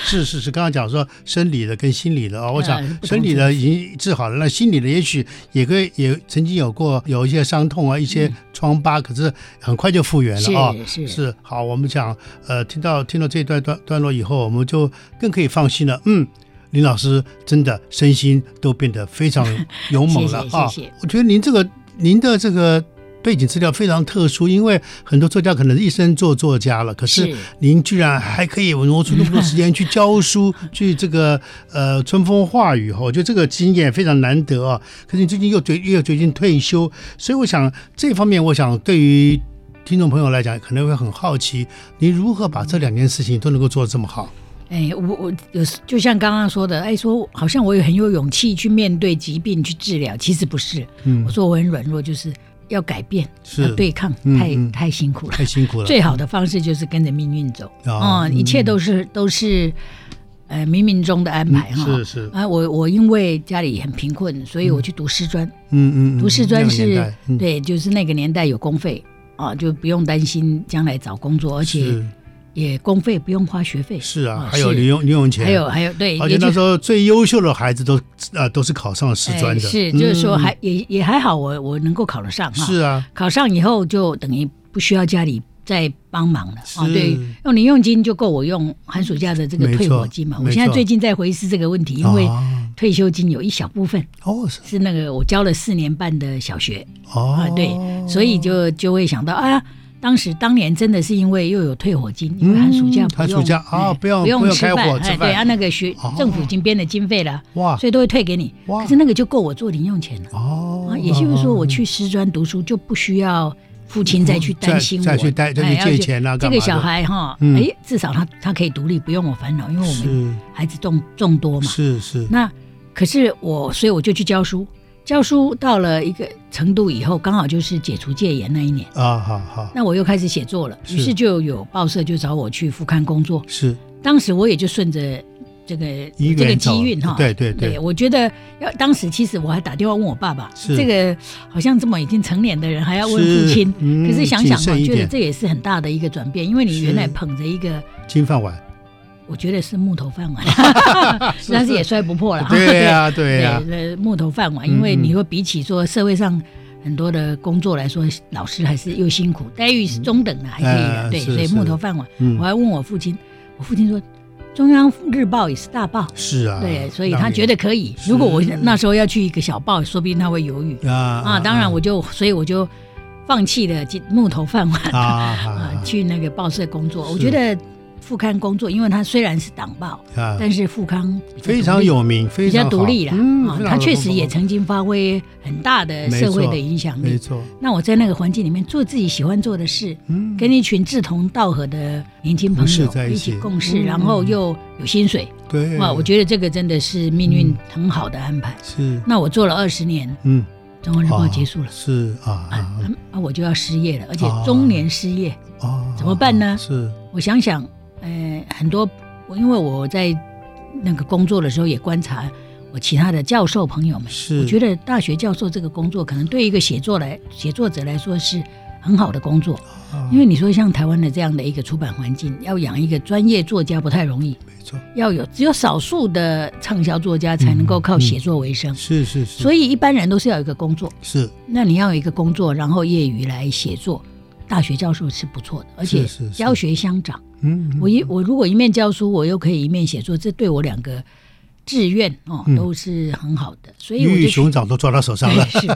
[SPEAKER 2] 是是是，刚刚讲说生理的跟心理的哦，我想
[SPEAKER 3] 是嗯不同
[SPEAKER 2] 生理的已经治好了，那心理的也许也可以也曾经有过有一些伤痛啊，一些疮疤，可是很快就复原了啊、
[SPEAKER 3] 嗯是是，
[SPEAKER 2] 是好，我们讲呃，听到听到这一段段段落以后，我们就更可以放心了。嗯，林老师真的身心都变得非常勇猛了
[SPEAKER 3] 谢谢
[SPEAKER 2] 啊！
[SPEAKER 3] 谢谢
[SPEAKER 2] 我觉得您这个您的这个背景资料非常特殊，因为很多作家可能一生做作家了，可是
[SPEAKER 3] 是
[SPEAKER 2] 您居然还可以挪出那么多时间去教书，去这个呃春风化雨哈，我觉得这个经验非常难得啊。可是你最近又决又决定退休，所以我想这方面，我想对于听众朋友来讲，可能会很好奇，你如何把这两件事情都能够做得这么好？
[SPEAKER 3] 哎，我我有时就像刚刚说的，哎，说好像我有很有勇气去面对疾病去治疗，其实不是，
[SPEAKER 2] 嗯
[SPEAKER 3] 我，说我很软弱，就是要改变，
[SPEAKER 2] 是
[SPEAKER 3] 要对抗，
[SPEAKER 2] 嗯
[SPEAKER 3] 太
[SPEAKER 2] 嗯
[SPEAKER 3] 太辛苦了。
[SPEAKER 2] 太辛苦了。
[SPEAKER 3] 最好的方式就是跟着命运走，
[SPEAKER 2] 啊
[SPEAKER 3] 啊，一切都是都是，呃，冥冥中的安排哈。
[SPEAKER 2] 嗯是是，
[SPEAKER 3] 啊，我我因为家里很贫困，所以我去读师专，
[SPEAKER 2] 嗯嗯，嗯
[SPEAKER 3] 读师专
[SPEAKER 2] 那个
[SPEAKER 3] 是、
[SPEAKER 2] 年代嗯
[SPEAKER 3] 对，就是那个年代有公费啊，就不用担心将来找工作，而且
[SPEAKER 2] 是
[SPEAKER 3] 也公费不用花学费。
[SPEAKER 2] 是啊
[SPEAKER 3] 哦，
[SPEAKER 2] 还有
[SPEAKER 3] 是
[SPEAKER 2] 零用零用钱，
[SPEAKER 3] 还有还有对，
[SPEAKER 2] 而且
[SPEAKER 3] 也就
[SPEAKER 2] 那时候最优秀的孩子都啊都是考上师专的，
[SPEAKER 3] 哎是就是说
[SPEAKER 2] 嗯
[SPEAKER 3] 还、也也还好我，我能够考得上哈。
[SPEAKER 2] 是啊，
[SPEAKER 3] 考上以后就等于不需要家里再帮忙了啊。
[SPEAKER 2] 是
[SPEAKER 3] 对，用零用金就够我用寒暑假的这个
[SPEAKER 2] 没错
[SPEAKER 3] 退伙金嘛。我
[SPEAKER 2] 没
[SPEAKER 3] 现在
[SPEAKER 2] 错
[SPEAKER 3] 最近在回思这个问题，因为
[SPEAKER 2] 啊
[SPEAKER 3] 退休金有一小部分
[SPEAKER 2] 哦是
[SPEAKER 3] 是那个我教了四年半的小学，啊
[SPEAKER 2] 哦，，
[SPEAKER 3] 对，所以就就会想到啊，当时当年真的是因为又有退伙金，因为寒暑假不
[SPEAKER 2] 寒嗯
[SPEAKER 3] 用
[SPEAKER 2] 暑假啊
[SPEAKER 3] 哎
[SPEAKER 2] 不用
[SPEAKER 3] 不
[SPEAKER 2] 不用
[SPEAKER 3] 吃
[SPEAKER 2] 开火
[SPEAKER 3] 饭，
[SPEAKER 2] 吃
[SPEAKER 3] 哎
[SPEAKER 2] 饭
[SPEAKER 3] 对啊，那个学
[SPEAKER 2] 哦
[SPEAKER 3] 政府已经编了经费了，
[SPEAKER 2] 哇
[SPEAKER 3] 所以都会退给你，
[SPEAKER 2] 哇
[SPEAKER 3] 可是那个就够我做零用钱了
[SPEAKER 2] 哦
[SPEAKER 3] 啊，，也就是说我去师专读书就不需要。父亲再去担心我，
[SPEAKER 2] 哦再再去带再去
[SPEAKER 3] 哎要
[SPEAKER 2] 借钱啊干
[SPEAKER 3] 这
[SPEAKER 2] 嘛
[SPEAKER 3] 个
[SPEAKER 2] 的
[SPEAKER 3] 小孩哈，
[SPEAKER 2] 嗯
[SPEAKER 3] 哎，至少他他可以独立，不用我烦恼，因为我们
[SPEAKER 2] 是
[SPEAKER 3] 孩子众众多嘛。
[SPEAKER 2] 是是
[SPEAKER 3] 那可是我，所以我就去教书。教书到了一个程度以后，刚好就是解除戒严那一年，
[SPEAKER 2] 啊，好好
[SPEAKER 3] 那我又开始写作了。
[SPEAKER 2] 是
[SPEAKER 3] 于是就有报社就找我去副刊工作。
[SPEAKER 2] 是
[SPEAKER 3] 当时我也就顺着这个
[SPEAKER 2] 因缘
[SPEAKER 3] 这个
[SPEAKER 2] 走
[SPEAKER 3] 机运哈，
[SPEAKER 2] 对对对
[SPEAKER 3] 我觉得要当时其实我还打电话问我爸爸，
[SPEAKER 2] 是
[SPEAKER 3] 这个好像这么已经成年的人还要问
[SPEAKER 2] 是
[SPEAKER 3] 父亲，
[SPEAKER 2] 嗯
[SPEAKER 3] 可是想想
[SPEAKER 2] 谨
[SPEAKER 3] 哈，
[SPEAKER 2] 慎一
[SPEAKER 3] 觉得
[SPEAKER 2] 点
[SPEAKER 3] 这也是很大的一个转变，因为你
[SPEAKER 2] 是
[SPEAKER 3] 原来捧着一个。
[SPEAKER 2] 金饭碗，
[SPEAKER 3] 我觉得是木头饭 碗，但
[SPEAKER 2] 啊
[SPEAKER 3] 是也摔不破了哈。
[SPEAKER 2] 对呀对呀，嗯
[SPEAKER 3] 对，呃木头饭碗，因为你会比起说社会上很多的工作来说，老师还是又辛苦，待遇是中等的，还可以的。
[SPEAKER 2] 哎
[SPEAKER 3] 对，
[SPEAKER 2] 是
[SPEAKER 3] 所以
[SPEAKER 2] 是
[SPEAKER 3] 木头饭碗，
[SPEAKER 2] 嗯
[SPEAKER 3] 我还问我父亲，我父亲说，中央日报也是大报，
[SPEAKER 2] 是啊，
[SPEAKER 3] 对，所以他觉得可以。
[SPEAKER 2] 是
[SPEAKER 3] 如果我那时候要去一个小报，说不定他会犹豫
[SPEAKER 2] 啊
[SPEAKER 3] 啊。当然，我就所以我就放弃了进木头饭碗
[SPEAKER 2] 啊
[SPEAKER 3] 啊
[SPEAKER 2] 啊
[SPEAKER 3] 去那个报社工作。
[SPEAKER 2] 是
[SPEAKER 3] 我觉得副刊工作，因为它虽然是党报，
[SPEAKER 2] 啊
[SPEAKER 3] 但是副刊比较
[SPEAKER 2] 非
[SPEAKER 3] 独
[SPEAKER 2] 常
[SPEAKER 3] 立
[SPEAKER 2] 有名，
[SPEAKER 3] 比
[SPEAKER 2] 非常
[SPEAKER 3] 较独立啦
[SPEAKER 2] 好嗯，
[SPEAKER 3] 啊
[SPEAKER 2] 非，常
[SPEAKER 3] 它
[SPEAKER 2] 有
[SPEAKER 3] 确实也
[SPEAKER 2] 风
[SPEAKER 3] 曾经发挥很大的社会的影响
[SPEAKER 2] 格没
[SPEAKER 3] 力。
[SPEAKER 2] 错，
[SPEAKER 3] 那我在那个环境里面做自己喜欢做的事，
[SPEAKER 2] 嗯，
[SPEAKER 3] 跟一群志同道合的年轻朋
[SPEAKER 2] 同事在
[SPEAKER 3] 友
[SPEAKER 2] 一
[SPEAKER 3] 一
[SPEAKER 2] 起
[SPEAKER 3] 起共事，
[SPEAKER 2] 嗯
[SPEAKER 3] 然后又有薪水，
[SPEAKER 2] 对嗯
[SPEAKER 3] 哇，我觉得这个真的是命运很好的安排。
[SPEAKER 2] 是
[SPEAKER 3] 那我做了二十年，
[SPEAKER 2] 嗯，
[SPEAKER 3] 中国日报
[SPEAKER 2] 啊
[SPEAKER 3] 结束了。
[SPEAKER 2] 是啊啊
[SPEAKER 3] 啊，啊我就要失业了，而且
[SPEAKER 2] 啊
[SPEAKER 3] 中年失业。
[SPEAKER 2] 啊啊，
[SPEAKER 3] 怎么办呢
[SPEAKER 2] 是
[SPEAKER 3] 我想想，呃，很多，我因为我在那个工作的时候也观察我其他的教授朋友们，
[SPEAKER 2] 是，
[SPEAKER 3] 我觉得大学教授这个工作，可能对一个写作来写作者来说是很好的工作，
[SPEAKER 2] 啊
[SPEAKER 3] 因为你说像台湾的这样的一个出版环境，要养一个专业作家不太容易，
[SPEAKER 2] 没错，
[SPEAKER 3] 要有只有少数的畅销作家才能够靠写作为生，
[SPEAKER 2] 是是是，
[SPEAKER 3] 所
[SPEAKER 2] 以
[SPEAKER 3] 以一般人都是要有一个工作。
[SPEAKER 2] 是
[SPEAKER 3] 那你要有一个工作，然后业余来写作，大学教授是不错的，而且
[SPEAKER 2] 是是
[SPEAKER 3] 教学相长。
[SPEAKER 2] 嗯，嗯
[SPEAKER 3] 我一我如果一面教书，我又可以一面写作，这对我两个志愿哦
[SPEAKER 2] 嗯
[SPEAKER 3] 都是很好的，所以我
[SPEAKER 2] 鱼
[SPEAKER 3] 就哎
[SPEAKER 2] 与
[SPEAKER 3] 去
[SPEAKER 2] 熊掌都抓到手 上了
[SPEAKER 3] 对，是，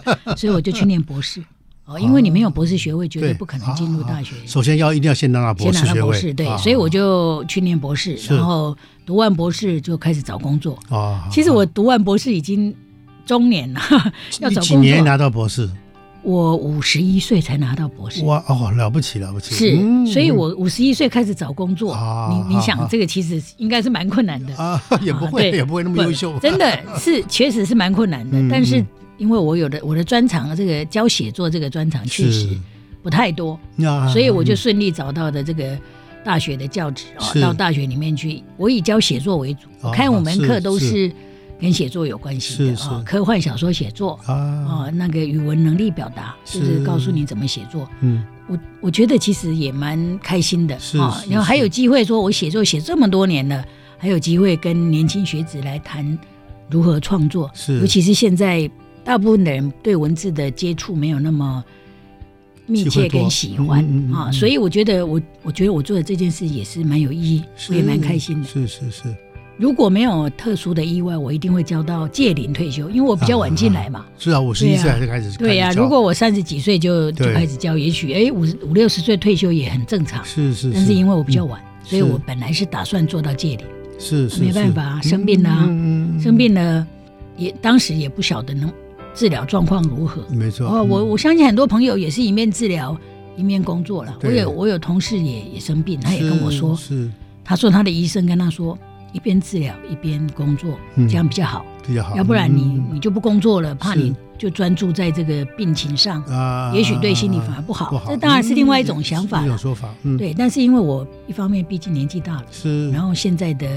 [SPEAKER 3] 所以我就去念博士哦，因为你没有博士学位，绝对不可能进入大学
[SPEAKER 2] 啊。啊首先要一定要先拿到博
[SPEAKER 3] 先
[SPEAKER 2] 士
[SPEAKER 3] 拿
[SPEAKER 2] 学
[SPEAKER 3] 到
[SPEAKER 2] 位，
[SPEAKER 3] 博士，对，
[SPEAKER 2] 啊
[SPEAKER 3] 所以我就去念博士，
[SPEAKER 2] 是
[SPEAKER 3] 然后读完博士就开始找工作。
[SPEAKER 2] 啊，
[SPEAKER 3] 其实我读完博士已经中年了，要
[SPEAKER 2] 你
[SPEAKER 3] 找
[SPEAKER 2] 几
[SPEAKER 3] 工
[SPEAKER 2] 年
[SPEAKER 3] 作。
[SPEAKER 2] 拿到博士？
[SPEAKER 3] 我五十一岁才拿到博士，
[SPEAKER 2] 哇哦，了不起了不起，
[SPEAKER 3] 是，
[SPEAKER 2] 嗯
[SPEAKER 3] 所以我五十一岁开始找工作。
[SPEAKER 2] 啊
[SPEAKER 3] 你你
[SPEAKER 2] 啊
[SPEAKER 3] 想，这个其实应该是蛮困难的，
[SPEAKER 2] 啊也不
[SPEAKER 3] 啊
[SPEAKER 2] 会
[SPEAKER 3] 对
[SPEAKER 2] 也不会那么
[SPEAKER 3] 不
[SPEAKER 2] 优秀，
[SPEAKER 3] 真的是确实是蛮困难的。
[SPEAKER 2] 嗯
[SPEAKER 3] 但是
[SPEAKER 2] 嗯
[SPEAKER 3] 因为我有的我的专长，这个教写作这个专长确实
[SPEAKER 2] 是
[SPEAKER 3] 不太多，
[SPEAKER 2] 啊
[SPEAKER 3] 所以我就顺利找到的这个。大学的教职哦，
[SPEAKER 2] 是
[SPEAKER 3] 到大学里面去，我以教写作为主，
[SPEAKER 2] 哦
[SPEAKER 3] 我开五门课
[SPEAKER 2] 是
[SPEAKER 3] 都
[SPEAKER 2] 是
[SPEAKER 3] 是跟写作有关系的
[SPEAKER 2] 是
[SPEAKER 3] 哦
[SPEAKER 2] 是
[SPEAKER 3] 科幻小说写作
[SPEAKER 2] 啊
[SPEAKER 3] 哦，那个语文能力表达，就是
[SPEAKER 2] 是
[SPEAKER 3] 告诉你怎么写作。
[SPEAKER 2] 嗯
[SPEAKER 3] 我我觉得其实也蛮开心的哦
[SPEAKER 2] 是是
[SPEAKER 3] 然后还
[SPEAKER 2] 是
[SPEAKER 3] 有机会说，我写作写这么多年了，还有机会跟年轻学子来谈如何创作，
[SPEAKER 2] 是
[SPEAKER 3] 尤其是现在大部分的人对文字的接触没有那么密
[SPEAKER 2] 机
[SPEAKER 3] 切
[SPEAKER 2] 会多
[SPEAKER 3] 跟喜欢
[SPEAKER 2] 嗯嗯嗯嗯
[SPEAKER 3] 啊，
[SPEAKER 2] 嗯
[SPEAKER 3] 所以我觉得我我觉得我做的这件事也是蛮有意义，我也蛮开心的。
[SPEAKER 2] 是是是
[SPEAKER 3] 如果没有特殊的意外，我一定会交到届龄退休，因为我比较晚进来嘛。
[SPEAKER 2] 是啊，五十一岁还是开始
[SPEAKER 3] 对呀、
[SPEAKER 2] 开始教
[SPEAKER 3] 如果我三十几岁就就
[SPEAKER 2] 对
[SPEAKER 3] 开始教，也许哎五十五六十岁退休也很正常。
[SPEAKER 2] 是是，
[SPEAKER 3] 但是因为我比较
[SPEAKER 2] 嗯
[SPEAKER 3] 晚，所以
[SPEAKER 2] 是
[SPEAKER 3] 我本来是打算做到届龄，
[SPEAKER 2] 是是
[SPEAKER 3] 没办
[SPEAKER 2] 嗯是
[SPEAKER 3] 法生病啦
[SPEAKER 2] 嗯嗯嗯嗯
[SPEAKER 3] 生病了也当时也不晓得能治疗状况如何。
[SPEAKER 2] 没错
[SPEAKER 3] 哦，我我相信很多朋友也是一面治疗一面工作了。我
[SPEAKER 2] 对
[SPEAKER 3] 有我有同事也也生病，他也跟我说，
[SPEAKER 2] 是是
[SPEAKER 3] 他说他的医生跟他说，一边治疗一边工作，
[SPEAKER 2] 嗯
[SPEAKER 3] 这样比较好，
[SPEAKER 2] 比较好，
[SPEAKER 3] 要不然你
[SPEAKER 2] 嗯
[SPEAKER 3] 你就不工作了，怕
[SPEAKER 2] 是
[SPEAKER 3] 你就专注在这个病情上。
[SPEAKER 2] 啊，
[SPEAKER 3] 也许对心理反而不好
[SPEAKER 2] 不好，
[SPEAKER 3] 这当然是另外一种想
[SPEAKER 2] 嗯
[SPEAKER 3] 法啦
[SPEAKER 2] 一种说法，嗯，
[SPEAKER 3] 对，但是因为我一方面毕竟年纪大了。
[SPEAKER 2] 是，
[SPEAKER 3] 然后现在的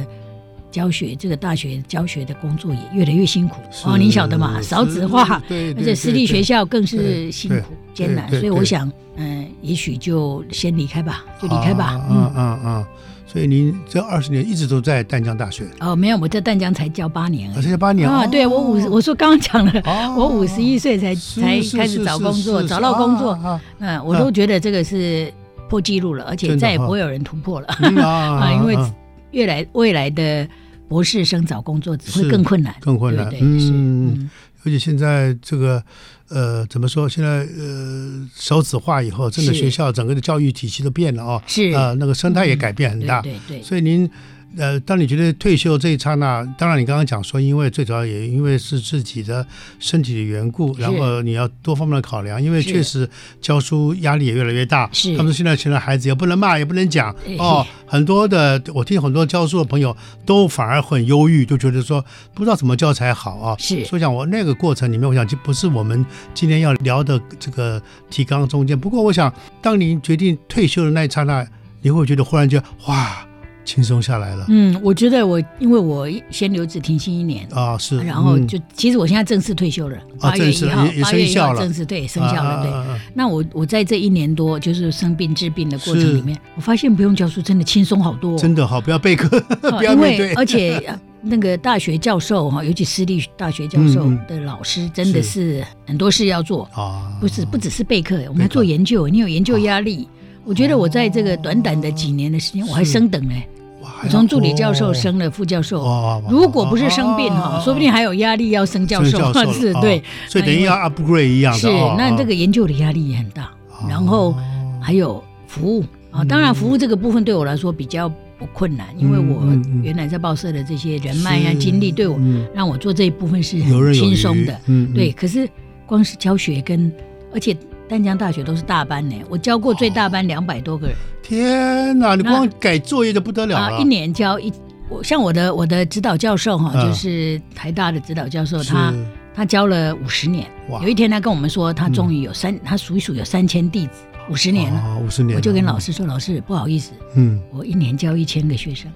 [SPEAKER 3] 教学，这个大学教学的工作也越来越辛苦
[SPEAKER 2] 是
[SPEAKER 3] 哦，你晓得嘛，少子化
[SPEAKER 2] 是，对，
[SPEAKER 3] 而
[SPEAKER 2] 对
[SPEAKER 3] 且私立学，校更是
[SPEAKER 2] 对
[SPEAKER 3] 辛苦
[SPEAKER 2] 对
[SPEAKER 3] 艰难，
[SPEAKER 2] 对对
[SPEAKER 3] 所以我
[SPEAKER 2] 对
[SPEAKER 3] 想，嗯，也许就先离开吧，就
[SPEAKER 2] 对
[SPEAKER 3] 离开吧，
[SPEAKER 2] 啊
[SPEAKER 3] 嗯。
[SPEAKER 2] 啊啊！所以您这二十年一直都在淡江大学，
[SPEAKER 3] 哦，没有，我在淡江才教八年
[SPEAKER 2] 而且八年
[SPEAKER 3] 啊！对我五十，我说刚刚讲了，
[SPEAKER 2] 哦
[SPEAKER 3] 我五十一岁才
[SPEAKER 2] 是
[SPEAKER 3] 才
[SPEAKER 2] 是
[SPEAKER 3] 开始
[SPEAKER 2] 是
[SPEAKER 3] 找
[SPEAKER 2] 是
[SPEAKER 3] 工作，
[SPEAKER 2] 是
[SPEAKER 3] 找到工作，
[SPEAKER 2] 啊
[SPEAKER 3] 嗯，我都觉得这个是破纪录了，而且
[SPEAKER 2] 真的
[SPEAKER 3] 再也
[SPEAKER 2] 哈
[SPEAKER 3] 不会有人突破了。
[SPEAKER 2] 嗯啊
[SPEAKER 3] 啊，因为
[SPEAKER 2] 啊
[SPEAKER 3] 越来未来的博士生找工作只会
[SPEAKER 2] 是
[SPEAKER 3] 更困难，
[SPEAKER 2] 更困难
[SPEAKER 3] 对不对是
[SPEAKER 2] 嗯
[SPEAKER 3] 嗯，
[SPEAKER 2] 而且现在这个，呃，怎么说？现在呃，少子化以后，真的
[SPEAKER 3] 是
[SPEAKER 2] 学校整个的教育体系都变了啊、
[SPEAKER 3] 是嗯
[SPEAKER 2] 啊、那个生态也改变很大。
[SPEAKER 3] 对对对，
[SPEAKER 2] 所以您，呃，当你觉得退休这一刹那，当然你刚刚讲说，因为最主要也因为是自己的身体的缘故，
[SPEAKER 3] 是
[SPEAKER 2] 然后你要多方面的考量，因为
[SPEAKER 3] 是
[SPEAKER 2] 确实教书压力也越来越大。
[SPEAKER 3] 是
[SPEAKER 2] 他们现在现在孩子也不能骂，也不能讲
[SPEAKER 3] 对
[SPEAKER 2] 哦，很多的我听很多教书的朋友都反而很忧郁，就觉得说不知道怎么教才好啊。
[SPEAKER 3] 是
[SPEAKER 2] 所以讲我那个过程里面，我想这不是我们今天要聊的这个提纲中间。不过我想，当您决定退休的那一刹那，你会觉得忽然觉得哇，轻松下来了、
[SPEAKER 3] 嗯，我觉得我因为我先留职停薪一年。
[SPEAKER 2] 啊，是，
[SPEAKER 3] 然后
[SPEAKER 2] 嗯
[SPEAKER 3] 就，其实我现在正式退休了，
[SPEAKER 2] 啊
[SPEAKER 3] 八月
[SPEAKER 2] 正式
[SPEAKER 3] 一
[SPEAKER 2] 了
[SPEAKER 3] 号
[SPEAKER 2] 也也，
[SPEAKER 3] 八月
[SPEAKER 2] 生
[SPEAKER 3] 一
[SPEAKER 2] 效
[SPEAKER 3] 号
[SPEAKER 2] 了
[SPEAKER 3] 正式对生效了。对，
[SPEAKER 2] 啊啊啊
[SPEAKER 3] 那我我在这一年多就是生病治病的过程里面，我发现不用教书真的轻松好多
[SPEAKER 2] 啊
[SPEAKER 3] 哦，
[SPEAKER 2] 真的好，不要备课，
[SPEAKER 3] 哦
[SPEAKER 2] 不要
[SPEAKER 3] 因
[SPEAKER 2] 面
[SPEAKER 3] 为
[SPEAKER 2] 对，
[SPEAKER 3] 而且呃那个大学教授哈，尤其私立大学教授
[SPEAKER 2] 嗯嗯
[SPEAKER 3] 的老师，真的是很多事要做，
[SPEAKER 2] 啊，
[SPEAKER 3] 不是不只是备课，我们要做研究，你有研究
[SPEAKER 2] 哦
[SPEAKER 3] 压力。我觉得我在这个短短的几年的时间，我还升等哎，
[SPEAKER 2] 哇，
[SPEAKER 3] 我从助理教
[SPEAKER 2] 哦
[SPEAKER 3] 授升了副教授。
[SPEAKER 2] 哇，哇哇
[SPEAKER 3] 如果不是生病
[SPEAKER 2] 啊啊
[SPEAKER 3] 哈
[SPEAKER 2] 啊，
[SPEAKER 3] 说不定还有压力要升教授
[SPEAKER 2] 升教，授
[SPEAKER 3] 是
[SPEAKER 2] 了
[SPEAKER 3] 对
[SPEAKER 2] 啊，所以等于要 upgrade 一样的
[SPEAKER 3] 是
[SPEAKER 2] 哦。
[SPEAKER 3] 那
[SPEAKER 2] 啊
[SPEAKER 3] 这个研究的压力也很大，然后还有服务啊，
[SPEAKER 2] 嗯
[SPEAKER 3] 当然服务这个部分对我来说比较不困难，因为我
[SPEAKER 2] 嗯嗯嗯
[SPEAKER 3] 原来在报社的这些人脉啊、
[SPEAKER 2] 是
[SPEAKER 3] 经历，对我
[SPEAKER 2] 嗯
[SPEAKER 3] 让我做这一部分是
[SPEAKER 2] 游
[SPEAKER 3] 很
[SPEAKER 2] 刃有余
[SPEAKER 3] 轻松的。
[SPEAKER 2] 嗯，嗯
[SPEAKER 3] 对，，可是光是教学跟，而且丹江大学都是大班呢，我教过最大班两百多个人
[SPEAKER 2] 天哪，你
[SPEAKER 3] 那
[SPEAKER 2] 光改作业就不得了
[SPEAKER 3] 啊，
[SPEAKER 2] 了，
[SPEAKER 3] 一年教一。我像我的我的指导教授哈，
[SPEAKER 2] 嗯
[SPEAKER 3] 就是台大的指导教授，
[SPEAKER 2] 是
[SPEAKER 3] 他他教了五十年，
[SPEAKER 2] 哇嗯
[SPEAKER 3] 有一天他跟我们说，他终于有三，他数一数有三千弟子，五十年了。
[SPEAKER 2] 啊，五十年了，
[SPEAKER 3] 我就跟老师说，老师不好意思，
[SPEAKER 2] 嗯，
[SPEAKER 3] 我一年教一千个学生，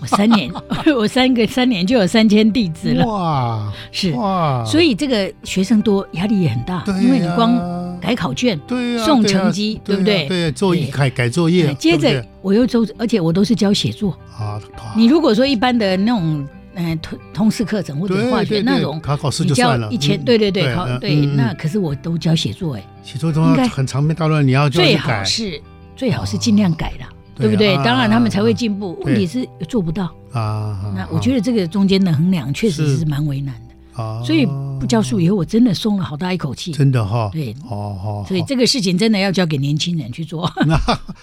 [SPEAKER 3] 我三年， 我三个三年就有三千弟子
[SPEAKER 2] 嗯
[SPEAKER 3] 了，
[SPEAKER 2] 哇
[SPEAKER 3] 是。
[SPEAKER 2] 哇，
[SPEAKER 3] 所以这个学生多压力也很大，
[SPEAKER 2] 啊对呀
[SPEAKER 3] 因为你光改考卷，
[SPEAKER 2] 对呀，
[SPEAKER 3] 送
[SPEAKER 2] 对呀
[SPEAKER 3] 成绩
[SPEAKER 2] 对呀啊
[SPEAKER 3] 对不对
[SPEAKER 2] 对呀，作业
[SPEAKER 3] 对哎
[SPEAKER 2] 改改作业，
[SPEAKER 3] 接
[SPEAKER 2] 对
[SPEAKER 3] 着
[SPEAKER 2] 不
[SPEAKER 3] 我又周，而且我都是教写作。
[SPEAKER 2] 对啊，哇
[SPEAKER 3] 你如果说一般的那种，嗯、通通识课程或
[SPEAKER 2] 对
[SPEAKER 3] 者化学
[SPEAKER 2] 对
[SPEAKER 3] 那
[SPEAKER 2] 对
[SPEAKER 3] 种，
[SPEAKER 2] 考考试
[SPEAKER 3] 你
[SPEAKER 2] 就
[SPEAKER 3] 教
[SPEAKER 2] 算了，
[SPEAKER 3] 一千，
[SPEAKER 2] 嗯
[SPEAKER 3] 对对对，
[SPEAKER 2] 对
[SPEAKER 3] 考
[SPEAKER 2] 嗯
[SPEAKER 3] 对，
[SPEAKER 2] 嗯嗯
[SPEAKER 3] 那可是我都教写作，哎，
[SPEAKER 2] 写作中
[SPEAKER 3] 应该
[SPEAKER 2] 很长篇大论，你要就要
[SPEAKER 3] 最
[SPEAKER 2] 去
[SPEAKER 3] 好
[SPEAKER 2] 改，啊
[SPEAKER 3] 是最好是尽量改啦，对不
[SPEAKER 2] 对
[SPEAKER 3] 对？
[SPEAKER 2] 啊
[SPEAKER 3] 当然他们才会进步，
[SPEAKER 2] 对
[SPEAKER 3] 问题是做不到。
[SPEAKER 2] 啊啊，
[SPEAKER 3] 那我觉得这个中间的衡量确实
[SPEAKER 2] 是
[SPEAKER 3] 是蛮为难的，
[SPEAKER 2] 得，啊
[SPEAKER 3] 所以不教书以后，我真的松了好大一口气。
[SPEAKER 2] 真的哈，
[SPEAKER 3] 对，
[SPEAKER 2] 哦，哦哦，
[SPEAKER 3] 所以这个事情真的要交给年轻人去做。
[SPEAKER 2] 那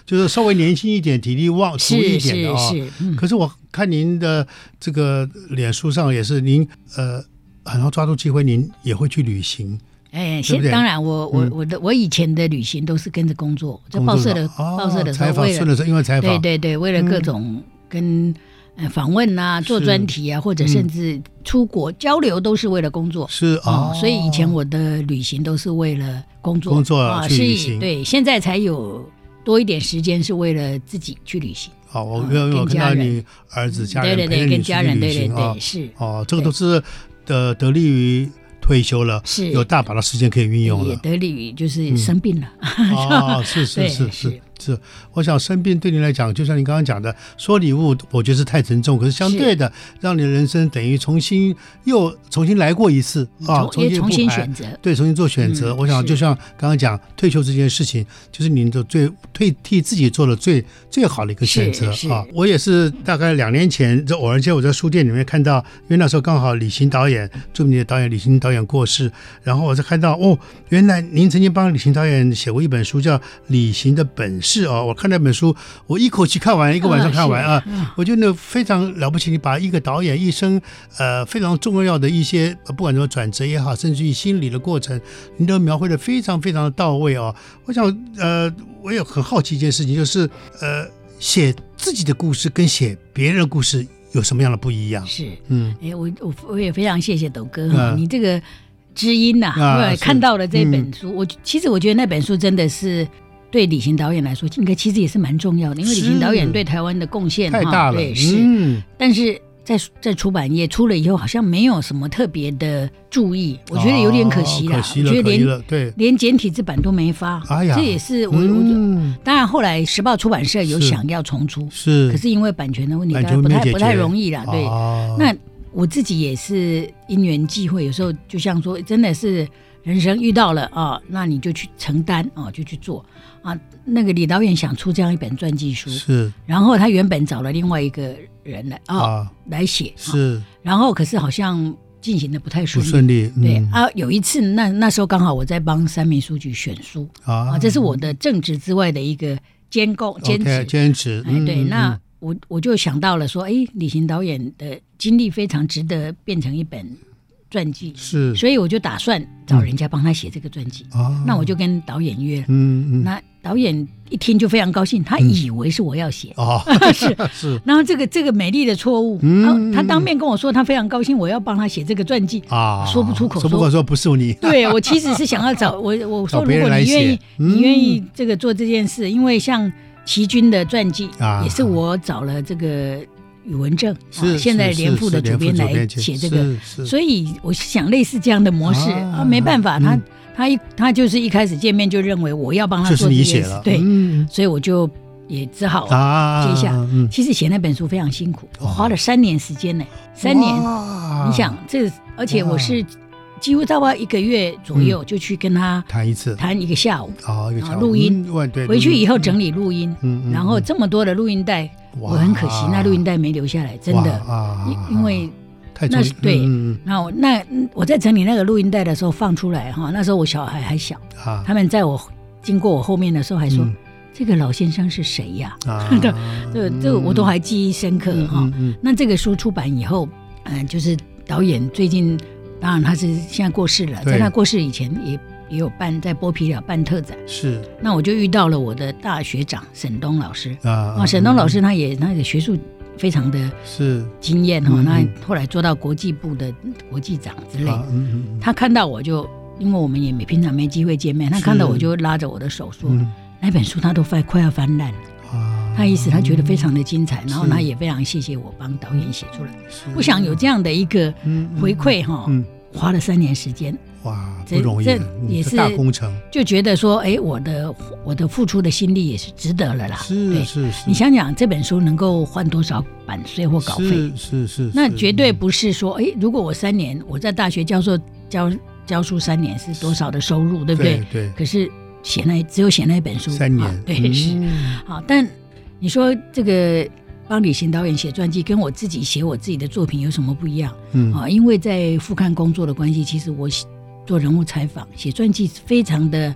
[SPEAKER 2] 就是稍微年轻一点、体力旺足一
[SPEAKER 3] 是
[SPEAKER 2] 点的
[SPEAKER 3] 是
[SPEAKER 2] 啊、
[SPEAKER 3] 是，嗯，
[SPEAKER 2] 可是我看您的这个脸书上也是您呃，很要抓住机会，您也会去旅行
[SPEAKER 3] 哎，
[SPEAKER 2] 对
[SPEAKER 3] 先
[SPEAKER 2] 不对
[SPEAKER 3] 当然我我
[SPEAKER 2] 嗯
[SPEAKER 3] 我的我以前的旅行都是跟着工作，在
[SPEAKER 2] 工
[SPEAKER 3] 报
[SPEAKER 2] 作
[SPEAKER 3] 社的
[SPEAKER 2] 上哦
[SPEAKER 3] 报社的时
[SPEAKER 2] 采
[SPEAKER 3] 候，
[SPEAKER 2] 访，
[SPEAKER 3] 为
[SPEAKER 2] 顺
[SPEAKER 3] 了
[SPEAKER 2] 的时候因为采访嗯
[SPEAKER 3] 对对对，为了各种跟。呃访问啊，做
[SPEAKER 2] 是嗯
[SPEAKER 3] 专题啊，或者甚至出国交流，都是为了工作。
[SPEAKER 2] 是啊、
[SPEAKER 3] 哦，所以以前我的旅行都是为了工作，
[SPEAKER 2] 工作
[SPEAKER 3] 啊，
[SPEAKER 2] 去
[SPEAKER 3] 是
[SPEAKER 2] 旅
[SPEAKER 3] 以
[SPEAKER 2] 行
[SPEAKER 3] 对，现在才有多一点时间是为了自己去旅行，
[SPEAKER 2] 哦，我
[SPEAKER 3] 嗯
[SPEAKER 2] 因为我
[SPEAKER 3] 啊跟
[SPEAKER 2] 看
[SPEAKER 3] 家
[SPEAKER 2] 到
[SPEAKER 3] 人嗯
[SPEAKER 2] 你儿子家
[SPEAKER 3] 对
[SPEAKER 2] 人
[SPEAKER 3] 对
[SPEAKER 2] 陪着
[SPEAKER 3] 对，
[SPEAKER 2] 你
[SPEAKER 3] 跟
[SPEAKER 2] 出去
[SPEAKER 3] 家人，
[SPEAKER 2] 旅
[SPEAKER 3] 对对
[SPEAKER 2] 行啊
[SPEAKER 3] 对，，是
[SPEAKER 2] 哦，这个都是得得力于退休了，
[SPEAKER 3] 是
[SPEAKER 2] 有大把的时间可以运用
[SPEAKER 3] 也
[SPEAKER 2] 了。嗯
[SPEAKER 3] 得利于就是生病了，
[SPEAKER 2] 哦，是是
[SPEAKER 3] 对
[SPEAKER 2] 是是
[SPEAKER 3] 是
[SPEAKER 2] 是，我想生病对您来讲，就像您刚刚讲的，说礼物我觉得是太沉重，可是相对的，让你的人生等于重新又重新来过一次啊，
[SPEAKER 3] 重也
[SPEAKER 2] 新
[SPEAKER 3] 重
[SPEAKER 2] 复
[SPEAKER 3] 新
[SPEAKER 2] 盘
[SPEAKER 3] 选择，
[SPEAKER 2] 对，重新做选择。
[SPEAKER 3] 嗯
[SPEAKER 2] 我想
[SPEAKER 3] 是
[SPEAKER 2] 就像刚刚讲退休这件事情，就是您的最退替自己做了最最好的一个选择
[SPEAKER 3] 是是
[SPEAKER 2] 啊。我也是大概两年前，这偶然间我在书店里面看到，因为那时候刚好李行导演著名的导演李行导演过世，然后我才看到哦，原来您曾经帮李行导演写过一本书叫《李行的本事》哦。我看那本书，我一口气看完，一个晚上看完啊。
[SPEAKER 3] 是啊
[SPEAKER 2] 我觉得非常了不起，你把一个导演一生呃非常重要的一些，呃不管什么转折也好，甚至于心理的过程，你都描绘的非常非常的到位哦。我想呃，我也很好奇一件事情，就是呃，写自己的故事跟写别人的故事有什么样的不一样？
[SPEAKER 3] 是，
[SPEAKER 2] 嗯，
[SPEAKER 3] 哎，我我我也非常谢谢斗哥哈，
[SPEAKER 2] 嗯
[SPEAKER 3] 你这个知音呐、
[SPEAKER 2] 啊
[SPEAKER 3] 我也
[SPEAKER 2] 是嗯
[SPEAKER 3] 看到了这本书，我其实我觉得那本书真的是。对李行导演来说，应该其实也是蛮重要的，因为李行导演
[SPEAKER 2] 是
[SPEAKER 3] 对台湾的贡献
[SPEAKER 2] 太
[SPEAKER 3] 哈
[SPEAKER 2] 大了，
[SPEAKER 3] 啊对是、
[SPEAKER 2] 嗯，
[SPEAKER 3] 但是在在出版业出了以后，好像没有什么特别的注意，我觉得有点可惜啦。
[SPEAKER 2] 哦可惜
[SPEAKER 3] 我觉
[SPEAKER 2] 了，
[SPEAKER 3] 得
[SPEAKER 2] 可惜
[SPEAKER 3] 连
[SPEAKER 2] 了，对，
[SPEAKER 3] 连简体字版都没发，
[SPEAKER 2] 哎呀
[SPEAKER 3] 这也是我、我
[SPEAKER 2] 嗯，
[SPEAKER 3] 当然后来时报出版社有
[SPEAKER 2] 是
[SPEAKER 3] 想要重出，
[SPEAKER 2] 是，
[SPEAKER 3] 可是因为版权的问题，
[SPEAKER 2] 版
[SPEAKER 3] 当
[SPEAKER 2] 权
[SPEAKER 3] 然不
[SPEAKER 2] 没
[SPEAKER 3] 太
[SPEAKER 2] 解
[SPEAKER 3] 不太
[SPEAKER 2] 决
[SPEAKER 3] 容易啦。对，
[SPEAKER 2] 哦
[SPEAKER 3] 那我自己也是因缘际会，有时候就像说，真的是人生遇到了啊，那你就去承担啊，就去做啊。那个李导演想出这样一本传记书，
[SPEAKER 2] 是
[SPEAKER 3] 然后他原本找了另外一个人来啊、
[SPEAKER 2] 啊，
[SPEAKER 3] 来写，啊
[SPEAKER 2] 是
[SPEAKER 3] 然后可是好像进行的不太
[SPEAKER 2] 不
[SPEAKER 3] 顺利。
[SPEAKER 2] 顺利，
[SPEAKER 3] 对
[SPEAKER 2] 嗯
[SPEAKER 3] 啊，有一次那那时候刚好我在帮三民书局选书
[SPEAKER 2] 啊
[SPEAKER 3] 啊，这是我的正职之外的一个兼工兼
[SPEAKER 2] OK，
[SPEAKER 3] 职。
[SPEAKER 2] 兼职，
[SPEAKER 3] 哎，对，
[SPEAKER 2] 嗯
[SPEAKER 3] 那我我就想到了说，哎，李行导演的经历非常值得变成一本传记，
[SPEAKER 2] 是嗯
[SPEAKER 3] 所以我就打算找人家帮他写这个传记。
[SPEAKER 2] 啊，
[SPEAKER 3] 那我就跟导演约了，
[SPEAKER 2] 嗯嗯
[SPEAKER 3] 那导演一听就非常高兴，他以为是我要写。
[SPEAKER 2] 哦
[SPEAKER 3] 是，
[SPEAKER 2] 是
[SPEAKER 3] 然后这个这个美丽的错误，
[SPEAKER 2] 嗯
[SPEAKER 3] 啊他当面跟我说他非常高兴，我要帮他写这个传记。
[SPEAKER 2] 啊，
[SPEAKER 3] 说不出口
[SPEAKER 2] 说不出口说不是 你，
[SPEAKER 3] 对我其实是想要找 我，我
[SPEAKER 2] 找
[SPEAKER 3] 说如
[SPEAKER 2] 别人
[SPEAKER 3] 果
[SPEAKER 2] 来
[SPEAKER 3] 你愿
[SPEAKER 2] 写嗯
[SPEAKER 3] 意，你愿意这个做这件事，因为像齐军的传记
[SPEAKER 2] 啊
[SPEAKER 3] 也是我找了这个宇文正，啊
[SPEAKER 2] 是
[SPEAKER 3] 现在联副的主编来写这个，，
[SPEAKER 2] 是
[SPEAKER 3] 所以我是想类似这样的模式
[SPEAKER 2] 啊
[SPEAKER 3] 啊，没办法，他
[SPEAKER 2] 嗯
[SPEAKER 3] 他一他就是一开始见面就认为我要帮他
[SPEAKER 2] 就是
[SPEAKER 3] 啊做这
[SPEAKER 2] 你
[SPEAKER 3] 件
[SPEAKER 2] 写
[SPEAKER 3] 事
[SPEAKER 2] 了，，
[SPEAKER 3] 对，
[SPEAKER 2] 嗯
[SPEAKER 3] 所以我就也只好
[SPEAKER 2] 啊，
[SPEAKER 3] 接下
[SPEAKER 2] 嗯，
[SPEAKER 3] 其实写那本书非常辛苦，我
[SPEAKER 2] 哦
[SPEAKER 3] 花了三年时间呢，三年。
[SPEAKER 2] 哇
[SPEAKER 3] 你想这，而且我
[SPEAKER 2] 啊
[SPEAKER 3] 是几乎大概一个月左右
[SPEAKER 2] 嗯
[SPEAKER 3] 就去跟他
[SPEAKER 2] 谈一次，
[SPEAKER 3] 谈一个下午，
[SPEAKER 2] 哦，一个
[SPEAKER 3] 啊
[SPEAKER 2] 小
[SPEAKER 3] 录音，
[SPEAKER 2] 嗯对，
[SPEAKER 3] 回去以后
[SPEAKER 2] 理，
[SPEAKER 3] 整理录音，
[SPEAKER 2] 嗯
[SPEAKER 3] 然后这么多的录音带，我很可惜那录音带没留下来，真的，
[SPEAKER 2] 啊
[SPEAKER 3] 因因为
[SPEAKER 2] 太
[SPEAKER 3] 那是
[SPEAKER 2] 重
[SPEAKER 3] 对
[SPEAKER 2] 嗯
[SPEAKER 3] 那我那我在整理那个录音带的时候放出来哈，那时候我小孩还小，
[SPEAKER 2] 嗯啊，
[SPEAKER 3] 他们在我经过我后面的时候还说
[SPEAKER 2] 嗯
[SPEAKER 3] 这个老先生是谁呀？
[SPEAKER 2] 啊
[SPEAKER 3] 对这个这个我都还记忆深刻
[SPEAKER 2] 嗯
[SPEAKER 3] 哈。
[SPEAKER 2] 嗯嗯
[SPEAKER 3] 那这个书出版以后，嗯、就是导演最近，当然他是现在过世了，
[SPEAKER 2] 对
[SPEAKER 3] 在他过世以前也也有办在剥皮寮办特展，
[SPEAKER 2] 是
[SPEAKER 3] 那我就遇到了我的大学长沈东老师，
[SPEAKER 2] 啊嗯
[SPEAKER 3] 啊，沈东老师他也那个学术非常的
[SPEAKER 2] 是
[SPEAKER 3] 经验哈，
[SPEAKER 2] 嗯
[SPEAKER 3] 那、
[SPEAKER 2] 嗯
[SPEAKER 3] 后来做到国际部的国际长之类，
[SPEAKER 2] 啊嗯嗯
[SPEAKER 3] 他看到我就。因为我们也没平常没机会见面，他
[SPEAKER 2] 是
[SPEAKER 3] 看到我就拉着我的手说：“
[SPEAKER 2] 嗯
[SPEAKER 3] 那本书他都快快要翻烂了。
[SPEAKER 2] 啊”
[SPEAKER 3] 他意思他觉得非常的精彩，然后
[SPEAKER 2] 是
[SPEAKER 3] 他也非常谢谢我帮导演写出来。我想有这样的一个
[SPEAKER 2] 嗯
[SPEAKER 3] 回馈哈、
[SPEAKER 2] 嗯
[SPEAKER 3] 花了三年时间，
[SPEAKER 2] 哇
[SPEAKER 3] 这
[SPEAKER 2] 不容易
[SPEAKER 3] 这
[SPEAKER 2] 了，嗯
[SPEAKER 3] 也
[SPEAKER 2] 这
[SPEAKER 3] 是
[SPEAKER 2] 大工程，
[SPEAKER 3] 就觉得说，哎，我的我的付出的心力也是值得了啦。
[SPEAKER 2] 是
[SPEAKER 3] 啊对
[SPEAKER 2] 是是，
[SPEAKER 3] 你想想这本书能够换多少版税或稿费？
[SPEAKER 2] 是是是，
[SPEAKER 3] 那
[SPEAKER 2] 是
[SPEAKER 3] 绝对
[SPEAKER 2] 嗯
[SPEAKER 3] 不是说，哎，如果我三年我在大学教授教教书三年是多少的收入，对不对？
[SPEAKER 2] 对
[SPEAKER 3] 可是写那只有写那一本书
[SPEAKER 2] 三年
[SPEAKER 3] 啊对是
[SPEAKER 2] 嗯
[SPEAKER 3] 好，但你说这个帮李行导演写传记，跟我自己写我自己的作品有什么不一样？
[SPEAKER 2] 嗯
[SPEAKER 3] 啊，因为在副刊工作的关系，其实我写做人物采访、写传记非常的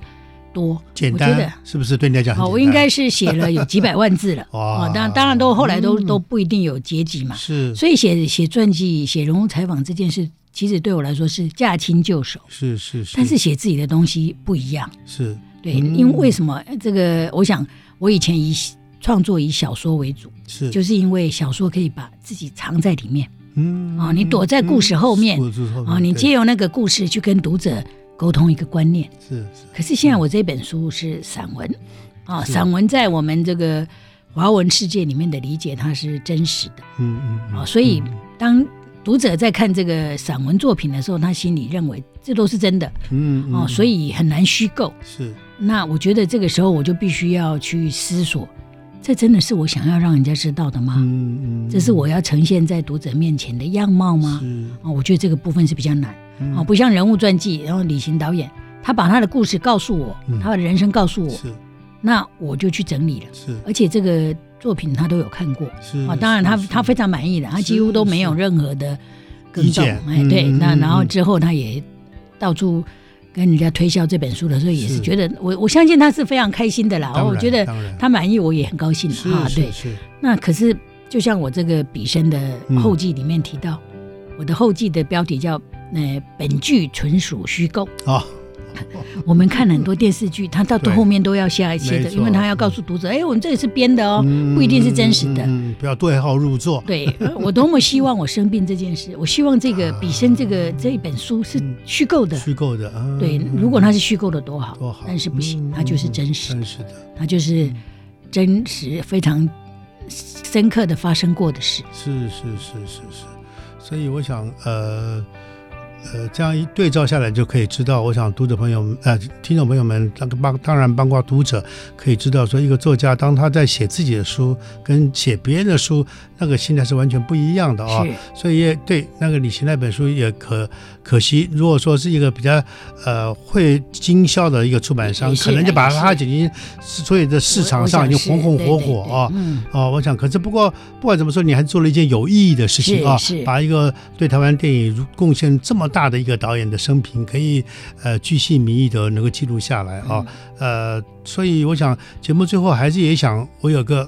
[SPEAKER 3] 多。
[SPEAKER 2] 简
[SPEAKER 3] 我觉得
[SPEAKER 2] 单是不是对你来讲很
[SPEAKER 3] 好，
[SPEAKER 2] 简
[SPEAKER 3] 我应
[SPEAKER 2] 单
[SPEAKER 3] 该是写了有几百万字了
[SPEAKER 2] 哇
[SPEAKER 3] 啊，当当然都后来都、
[SPEAKER 2] 嗯
[SPEAKER 3] 都不一定有结集嘛，
[SPEAKER 2] 是
[SPEAKER 3] 所以写写传记、写人物采访这件事，其实对我来说是驾轻就熟，
[SPEAKER 2] 是是是，
[SPEAKER 3] 但是写自己的东西不一样。
[SPEAKER 2] 是
[SPEAKER 3] 对，
[SPEAKER 2] 嗯
[SPEAKER 3] 因为为什么这个？我想我以前以创作以小说为主，
[SPEAKER 2] 是
[SPEAKER 3] 就是因为小说可以把自己藏在里面。
[SPEAKER 2] 嗯
[SPEAKER 3] 哦你躲在故事后面
[SPEAKER 2] 嗯是
[SPEAKER 3] 啊，你借由那个故事去跟读者沟通一个观念。
[SPEAKER 2] 是是
[SPEAKER 3] 可是现在我这本书是散文，啊，
[SPEAKER 2] 是
[SPEAKER 3] 散文在我们这个华文世界里面的理解，它是真实的
[SPEAKER 2] 嗯嗯
[SPEAKER 3] 啊，
[SPEAKER 2] 嗯
[SPEAKER 3] 所以
[SPEAKER 2] 嗯
[SPEAKER 3] 当读者在看这个散文作品的时候，他心里认为这都是真的
[SPEAKER 2] 嗯
[SPEAKER 3] 哦，
[SPEAKER 2] 嗯
[SPEAKER 3] 所以啊很难虚构。
[SPEAKER 2] 是
[SPEAKER 3] 那我觉得这个时候我就必须要去思索，这真的是我想要让人家知道的吗？
[SPEAKER 2] 嗯嗯，
[SPEAKER 3] 这是我要呈现在读者面前的样貌吗？
[SPEAKER 2] 是
[SPEAKER 3] 啊，我觉得这个部分是比较难。
[SPEAKER 2] 嗯
[SPEAKER 3] 哦，不像人物传记，然后李行导演他把他的故事告诉我，
[SPEAKER 2] 嗯
[SPEAKER 3] 他的人生告诉我，
[SPEAKER 2] 是
[SPEAKER 3] 那我就去整理了。
[SPEAKER 2] 是
[SPEAKER 3] 而且这个作品他都有看过啊、
[SPEAKER 2] 是
[SPEAKER 3] 哦当然他
[SPEAKER 2] 嗯是
[SPEAKER 3] 他非常满意的，他几乎都没有任何的更
[SPEAKER 2] 意
[SPEAKER 3] 动
[SPEAKER 2] 见。
[SPEAKER 3] 哎，对，
[SPEAKER 2] 嗯
[SPEAKER 3] 那
[SPEAKER 2] 嗯
[SPEAKER 3] 然后
[SPEAKER 2] 嗯
[SPEAKER 3] 之后他也到处。跟人家推销这本书的时候，也是
[SPEAKER 2] 是
[SPEAKER 3] 觉得我我相信他是非常开心的啦。哦
[SPEAKER 2] 当然
[SPEAKER 3] 我觉得
[SPEAKER 2] 当然
[SPEAKER 3] 他满意，我也很高兴
[SPEAKER 2] 是
[SPEAKER 3] 啊。对
[SPEAKER 2] 是，是
[SPEAKER 3] 那可是，就像我这个笔生的后记里面提到，我的后记的标题叫“呃，本剧纯属虚构
[SPEAKER 2] 啊，”。
[SPEAKER 3] 我们看很多电视剧，它到
[SPEAKER 2] 对
[SPEAKER 3] 后面都要下一些的，
[SPEAKER 2] 没错嗯
[SPEAKER 3] 因为它要告诉读者，哎，我们这里是编的哦，不一定是真实的。
[SPEAKER 2] 嗯，嗯嗯不要对号入座。
[SPEAKER 3] 对， 呃我多么希望我生病这件事，我希望这个笔生这
[SPEAKER 2] 啊
[SPEAKER 3] 个这一本书是虚构的。
[SPEAKER 2] 虚构的啊，
[SPEAKER 3] 对，
[SPEAKER 2] 嗯
[SPEAKER 3] 如果它是虚构的多好，
[SPEAKER 2] 多好，
[SPEAKER 3] 但是不行，
[SPEAKER 2] 嗯
[SPEAKER 3] 它就是
[SPEAKER 2] 嗯
[SPEAKER 3] 真实
[SPEAKER 2] 真实的，
[SPEAKER 3] 它就是真实非常深刻的发生过的事。
[SPEAKER 2] 是是是是是，所以我想，呃呃，这样一对照下来就可以知道，我想读者朋友们，呃，听众朋友们，当帮当然包括读者，可以知道说，一个作家当他在写自己的书跟写别人的书，那个心态是完全不一样的啊、
[SPEAKER 3] 是
[SPEAKER 2] 所以也对那个李行那本书也可可惜，如果说是一个比较呃会经销的一个出版商，
[SPEAKER 3] 也是
[SPEAKER 2] 可能就把它
[SPEAKER 3] 也
[SPEAKER 2] 已经所有的市场上已经红红火火啊。
[SPEAKER 3] 嗯，
[SPEAKER 2] 哦，我想，可是不过不管怎么说，你还做了一件有意义的事情
[SPEAKER 3] 是
[SPEAKER 2] 啊
[SPEAKER 3] 是，
[SPEAKER 2] 把一个对台湾电影贡献这么大的一个导演的生平，可以呃巨细靡遗的能够记录下来啊，
[SPEAKER 3] 嗯
[SPEAKER 2] 呃，所以我想节目最后还是也想我有个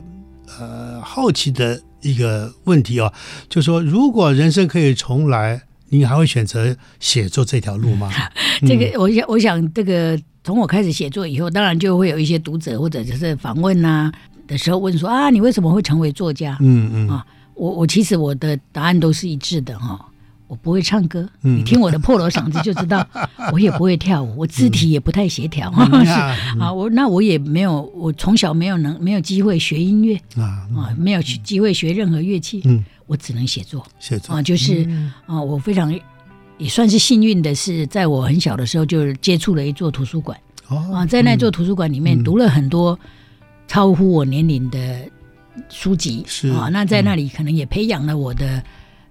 [SPEAKER 2] 呃好奇的一个问题啊，就说如果人生可以重来，您还会选择写作这条路吗？ 嗯
[SPEAKER 3] 这个我想，我想这个从我开始写作以后，当然就会有一些读者或者就是访问啊的时候问说啊，你为什么会成为作家？
[SPEAKER 2] 嗯嗯
[SPEAKER 3] 啊我我其实我的答案都是一致的哈、我不会唱歌，
[SPEAKER 2] 嗯
[SPEAKER 3] 你听我的破锣嗓子就知道，我也不会跳舞，我肢体也不太协调。
[SPEAKER 2] 嗯
[SPEAKER 3] 是
[SPEAKER 2] 啊
[SPEAKER 3] 啊，我那我也没有，我从小没有能没有机会学音乐
[SPEAKER 2] 啊，
[SPEAKER 3] 啊，没有去机会学任何乐器，
[SPEAKER 2] 嗯，
[SPEAKER 3] 我只能写作。
[SPEAKER 2] 写作
[SPEAKER 3] 啊，就是
[SPEAKER 2] 嗯
[SPEAKER 3] 啊，我非常也算是幸运的是，在我很小的时候就接触了一座图书馆
[SPEAKER 2] 哦嗯
[SPEAKER 3] 啊，在那座图书馆里面读了很多超乎我年龄的书籍，
[SPEAKER 2] 是嗯
[SPEAKER 3] 啊、那在那里可能也培养了我的。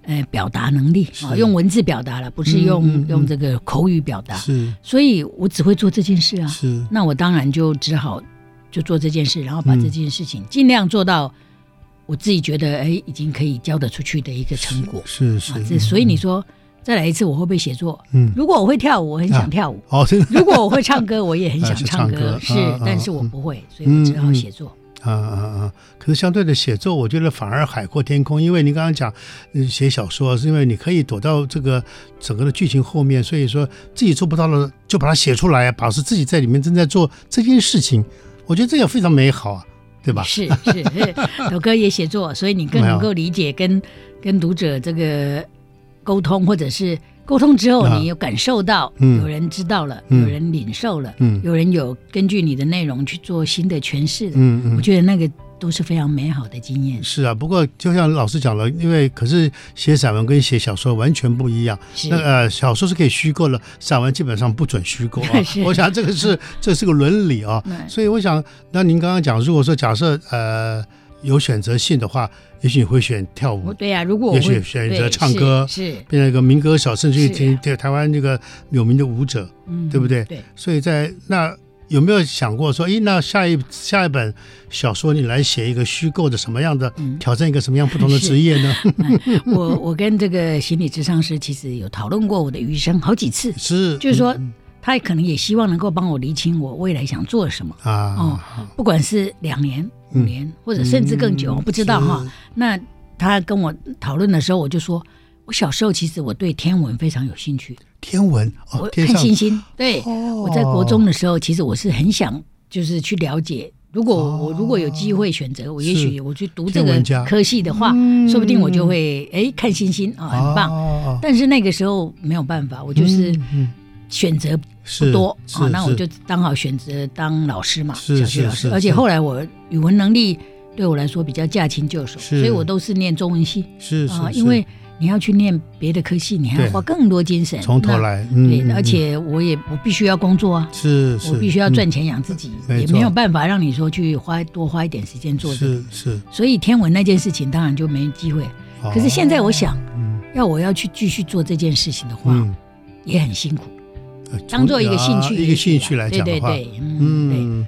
[SPEAKER 3] 呃，表达能力啊、
[SPEAKER 2] 是
[SPEAKER 3] 用文字表达了，不是
[SPEAKER 2] 嗯
[SPEAKER 3] 用、
[SPEAKER 2] 嗯嗯
[SPEAKER 3] 用这个口语表达，
[SPEAKER 2] 是
[SPEAKER 3] 所以我只会做这件事啊。
[SPEAKER 2] 是
[SPEAKER 3] 那我当然就只好就做这件事，然后把
[SPEAKER 2] 嗯
[SPEAKER 3] 这件事情尽量做到我自己觉得哎已经可以交得出去的一个成果
[SPEAKER 2] 是
[SPEAKER 3] 啊
[SPEAKER 2] 是。。
[SPEAKER 3] 这所以你说再来一次，我会不会写作？
[SPEAKER 2] 嗯，
[SPEAKER 3] 如果我会跳舞，我很
[SPEAKER 2] 啊
[SPEAKER 3] 想跳舞；
[SPEAKER 2] 哦，真的
[SPEAKER 3] 如果我会唱歌，我也 很
[SPEAKER 2] 啊
[SPEAKER 3] 想
[SPEAKER 2] 是
[SPEAKER 3] 唱
[SPEAKER 2] 唱歌
[SPEAKER 3] 歌。是
[SPEAKER 2] 啊啊，
[SPEAKER 3] 但是我不会，所以我只好写作。
[SPEAKER 2] 啊啊啊！可是相对的写作，我觉得反而海阔天空，因为您刚刚讲、嗯写小说，是因为你可以躲到这个整个的剧情后面，所以说自己做不到了，就把它写出来，啊表示自己在里面正在做这件事情，我觉得这也非常美好啊，对吧？
[SPEAKER 3] 是是是， 抖哥也写作，所以你更
[SPEAKER 2] 没有
[SPEAKER 3] 能够理解跟跟读者这个沟通，或者是沟通之后，
[SPEAKER 2] 啊
[SPEAKER 3] 你有感受到
[SPEAKER 2] 嗯
[SPEAKER 3] 有人知道了，
[SPEAKER 2] 嗯
[SPEAKER 3] 有人领受了，
[SPEAKER 2] 嗯
[SPEAKER 3] 有人有根据你的内容去做新的诠释的。
[SPEAKER 2] 嗯
[SPEAKER 3] 我
[SPEAKER 2] 嗯。
[SPEAKER 3] 觉得那个都是非常美好的经验。
[SPEAKER 2] 是啊，不过就像老师讲了，因为可是写散文跟写小说完全不一样。
[SPEAKER 3] 是。
[SPEAKER 2] 那呃，小说是可以虚构了，散文基本上不准虚构啊
[SPEAKER 3] 是
[SPEAKER 2] 我想这个是这是个伦理啊。
[SPEAKER 3] 嗯
[SPEAKER 2] 所以我想，那您刚刚讲，如果说假设呃有选择性的话，也许你会选跳
[SPEAKER 3] 我
[SPEAKER 2] 舞，
[SPEAKER 3] 对啊呀、如果我
[SPEAKER 2] 也许
[SPEAKER 3] 会
[SPEAKER 2] 选择
[SPEAKER 3] 对
[SPEAKER 2] 唱
[SPEAKER 3] 是
[SPEAKER 2] 歌
[SPEAKER 3] 是，
[SPEAKER 2] 变成一个民歌手，甚至于
[SPEAKER 3] 是啊
[SPEAKER 2] 听对台湾这个有名的舞者。
[SPEAKER 3] 嗯
[SPEAKER 2] 对不对
[SPEAKER 3] 对，
[SPEAKER 2] 所以在那有没有想过说，诶，那下一下一本小说你来写一个虚构的什么样的，
[SPEAKER 3] 嗯
[SPEAKER 2] 挑战一个什么样不 同的职业呢？
[SPEAKER 3] 我我跟这个心理智商师其实有讨论过我的余生好几次，
[SPEAKER 2] 是，
[SPEAKER 3] 就是说
[SPEAKER 2] 嗯
[SPEAKER 3] 他可能也希望能够帮我厘清我未来想做什么。
[SPEAKER 2] 嗯啊，
[SPEAKER 3] 哦，不管是两年、五
[SPEAKER 2] 嗯
[SPEAKER 3] 年，或者甚至更久，
[SPEAKER 2] 嗯
[SPEAKER 3] 我不知道哈
[SPEAKER 2] 是。
[SPEAKER 3] 那他跟我讨论的时候，我就说，我小时候其实我对天文非常有兴趣，
[SPEAKER 2] 天文哦
[SPEAKER 3] 我，
[SPEAKER 2] 天
[SPEAKER 3] 看
[SPEAKER 2] 上
[SPEAKER 3] 星星。对，
[SPEAKER 2] 哦
[SPEAKER 3] 我在国中的时候，其实我是很想就是去了解。如果
[SPEAKER 2] 哦
[SPEAKER 3] 我如果有机会选择，我也
[SPEAKER 2] 是
[SPEAKER 3] 许我去读这
[SPEAKER 2] 天文
[SPEAKER 3] 个
[SPEAKER 2] 家
[SPEAKER 3] 科系的话，
[SPEAKER 2] 嗯
[SPEAKER 3] 说不定我就会哎看星星啊，很棒。
[SPEAKER 2] 哦
[SPEAKER 3] 但是那个时候没有办法，我就是
[SPEAKER 2] 嗯嗯
[SPEAKER 3] 选择
[SPEAKER 2] 是
[SPEAKER 3] 不多
[SPEAKER 2] 是
[SPEAKER 3] 啊，那我
[SPEAKER 2] 是
[SPEAKER 3] 就刚好选择当老师嘛，
[SPEAKER 2] 是
[SPEAKER 3] 小学老
[SPEAKER 2] 是
[SPEAKER 3] 师。
[SPEAKER 2] 是
[SPEAKER 3] 而且
[SPEAKER 2] 是
[SPEAKER 3] 后来我语文能力对我来说比较驾轻就熟，所
[SPEAKER 2] 是
[SPEAKER 3] 以我都是念中文系
[SPEAKER 2] 是
[SPEAKER 3] 啊，
[SPEAKER 2] 是，
[SPEAKER 3] 因为你要去念别的科系，你还要
[SPEAKER 2] 对
[SPEAKER 3] 花更多精神，
[SPEAKER 2] 是从头
[SPEAKER 3] 那。
[SPEAKER 2] 来，
[SPEAKER 3] 对，
[SPEAKER 2] 嗯
[SPEAKER 3] 而且我也我必须要工作啊，
[SPEAKER 2] 是是，
[SPEAKER 3] 我必须要
[SPEAKER 2] 嗯
[SPEAKER 3] 赚钱养自己，
[SPEAKER 2] 没
[SPEAKER 3] 也
[SPEAKER 2] 错
[SPEAKER 3] 没有办法让你说去花多花一点时间做这个。
[SPEAKER 2] 嗯是哦是。
[SPEAKER 3] 所以天文那件事情当然就没机会。
[SPEAKER 2] 可
[SPEAKER 3] 可是现在我想，
[SPEAKER 2] 嗯
[SPEAKER 3] 要我要去继续做这件事情的话，
[SPEAKER 2] 嗯，
[SPEAKER 3] 也很辛苦。
[SPEAKER 2] 呃
[SPEAKER 3] 当做一个兴趣
[SPEAKER 2] 啊
[SPEAKER 3] 也许啊，
[SPEAKER 2] 一个兴趣来讲的
[SPEAKER 3] 对对
[SPEAKER 2] 话，
[SPEAKER 3] 对，嗯，
[SPEAKER 2] 嗯，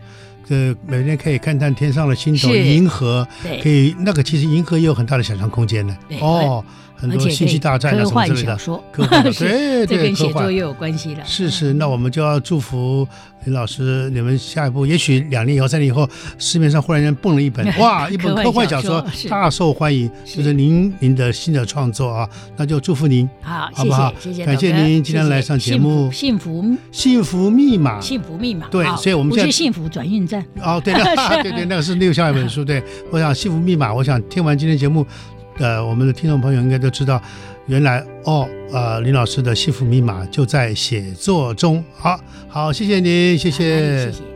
[SPEAKER 2] 这每天可以看看天上的星斗、
[SPEAKER 3] 是
[SPEAKER 2] 银河，
[SPEAKER 3] 对
[SPEAKER 2] 可
[SPEAKER 3] 对，
[SPEAKER 2] 以那个其实银河也有很大的想象空间的
[SPEAKER 3] 对
[SPEAKER 2] 哦，很
[SPEAKER 3] 而
[SPEAKER 2] 多
[SPEAKER 3] 且
[SPEAKER 2] 星际大战
[SPEAKER 3] 可
[SPEAKER 2] 啊
[SPEAKER 3] 以
[SPEAKER 2] 什么
[SPEAKER 3] 科
[SPEAKER 2] 之
[SPEAKER 3] 幻
[SPEAKER 2] 类
[SPEAKER 3] 小
[SPEAKER 2] 的。
[SPEAKER 3] 说，
[SPEAKER 2] 科幻 哎
[SPEAKER 3] 是
[SPEAKER 2] 对
[SPEAKER 3] 这
[SPEAKER 2] 对
[SPEAKER 3] 跟写
[SPEAKER 2] 科
[SPEAKER 3] 作
[SPEAKER 2] 幻
[SPEAKER 3] 又有关系了。嗯
[SPEAKER 2] 是是，那我们就要祝福林老师，你们下一步也许两年以后、三年以后，市面上忽然间蹦了一 本哇，一本
[SPEAKER 3] 科幻
[SPEAKER 2] 科幻
[SPEAKER 3] 小
[SPEAKER 2] 小说
[SPEAKER 3] 说是
[SPEAKER 2] 大受欢迎，
[SPEAKER 3] 是
[SPEAKER 2] 就是您您的新的创作啊，那就祝福您
[SPEAKER 3] 好，
[SPEAKER 2] 好
[SPEAKER 3] 谢
[SPEAKER 2] 不好
[SPEAKER 3] 谢谢谢，
[SPEAKER 2] 感谢您今天来上节目
[SPEAKER 3] 幸福
[SPEAKER 2] 幸福密码
[SPEAKER 3] 幸福密码。
[SPEAKER 2] 对
[SPEAKER 3] 好
[SPEAKER 2] 所以我们
[SPEAKER 3] 不
[SPEAKER 2] 现
[SPEAKER 3] 是
[SPEAKER 2] 在
[SPEAKER 3] 幸福转运站。
[SPEAKER 2] 哦，对 了，对对，那个是六下一本书。对，我想《幸福密码》，我想听完今天节目，呃，我们的听众朋友应该都知道，原来哦，呃，林老师的《幸福密码》就在写作中。好，好，谢谢您，谢
[SPEAKER 3] 谢
[SPEAKER 2] 谢。
[SPEAKER 3] 谢谢。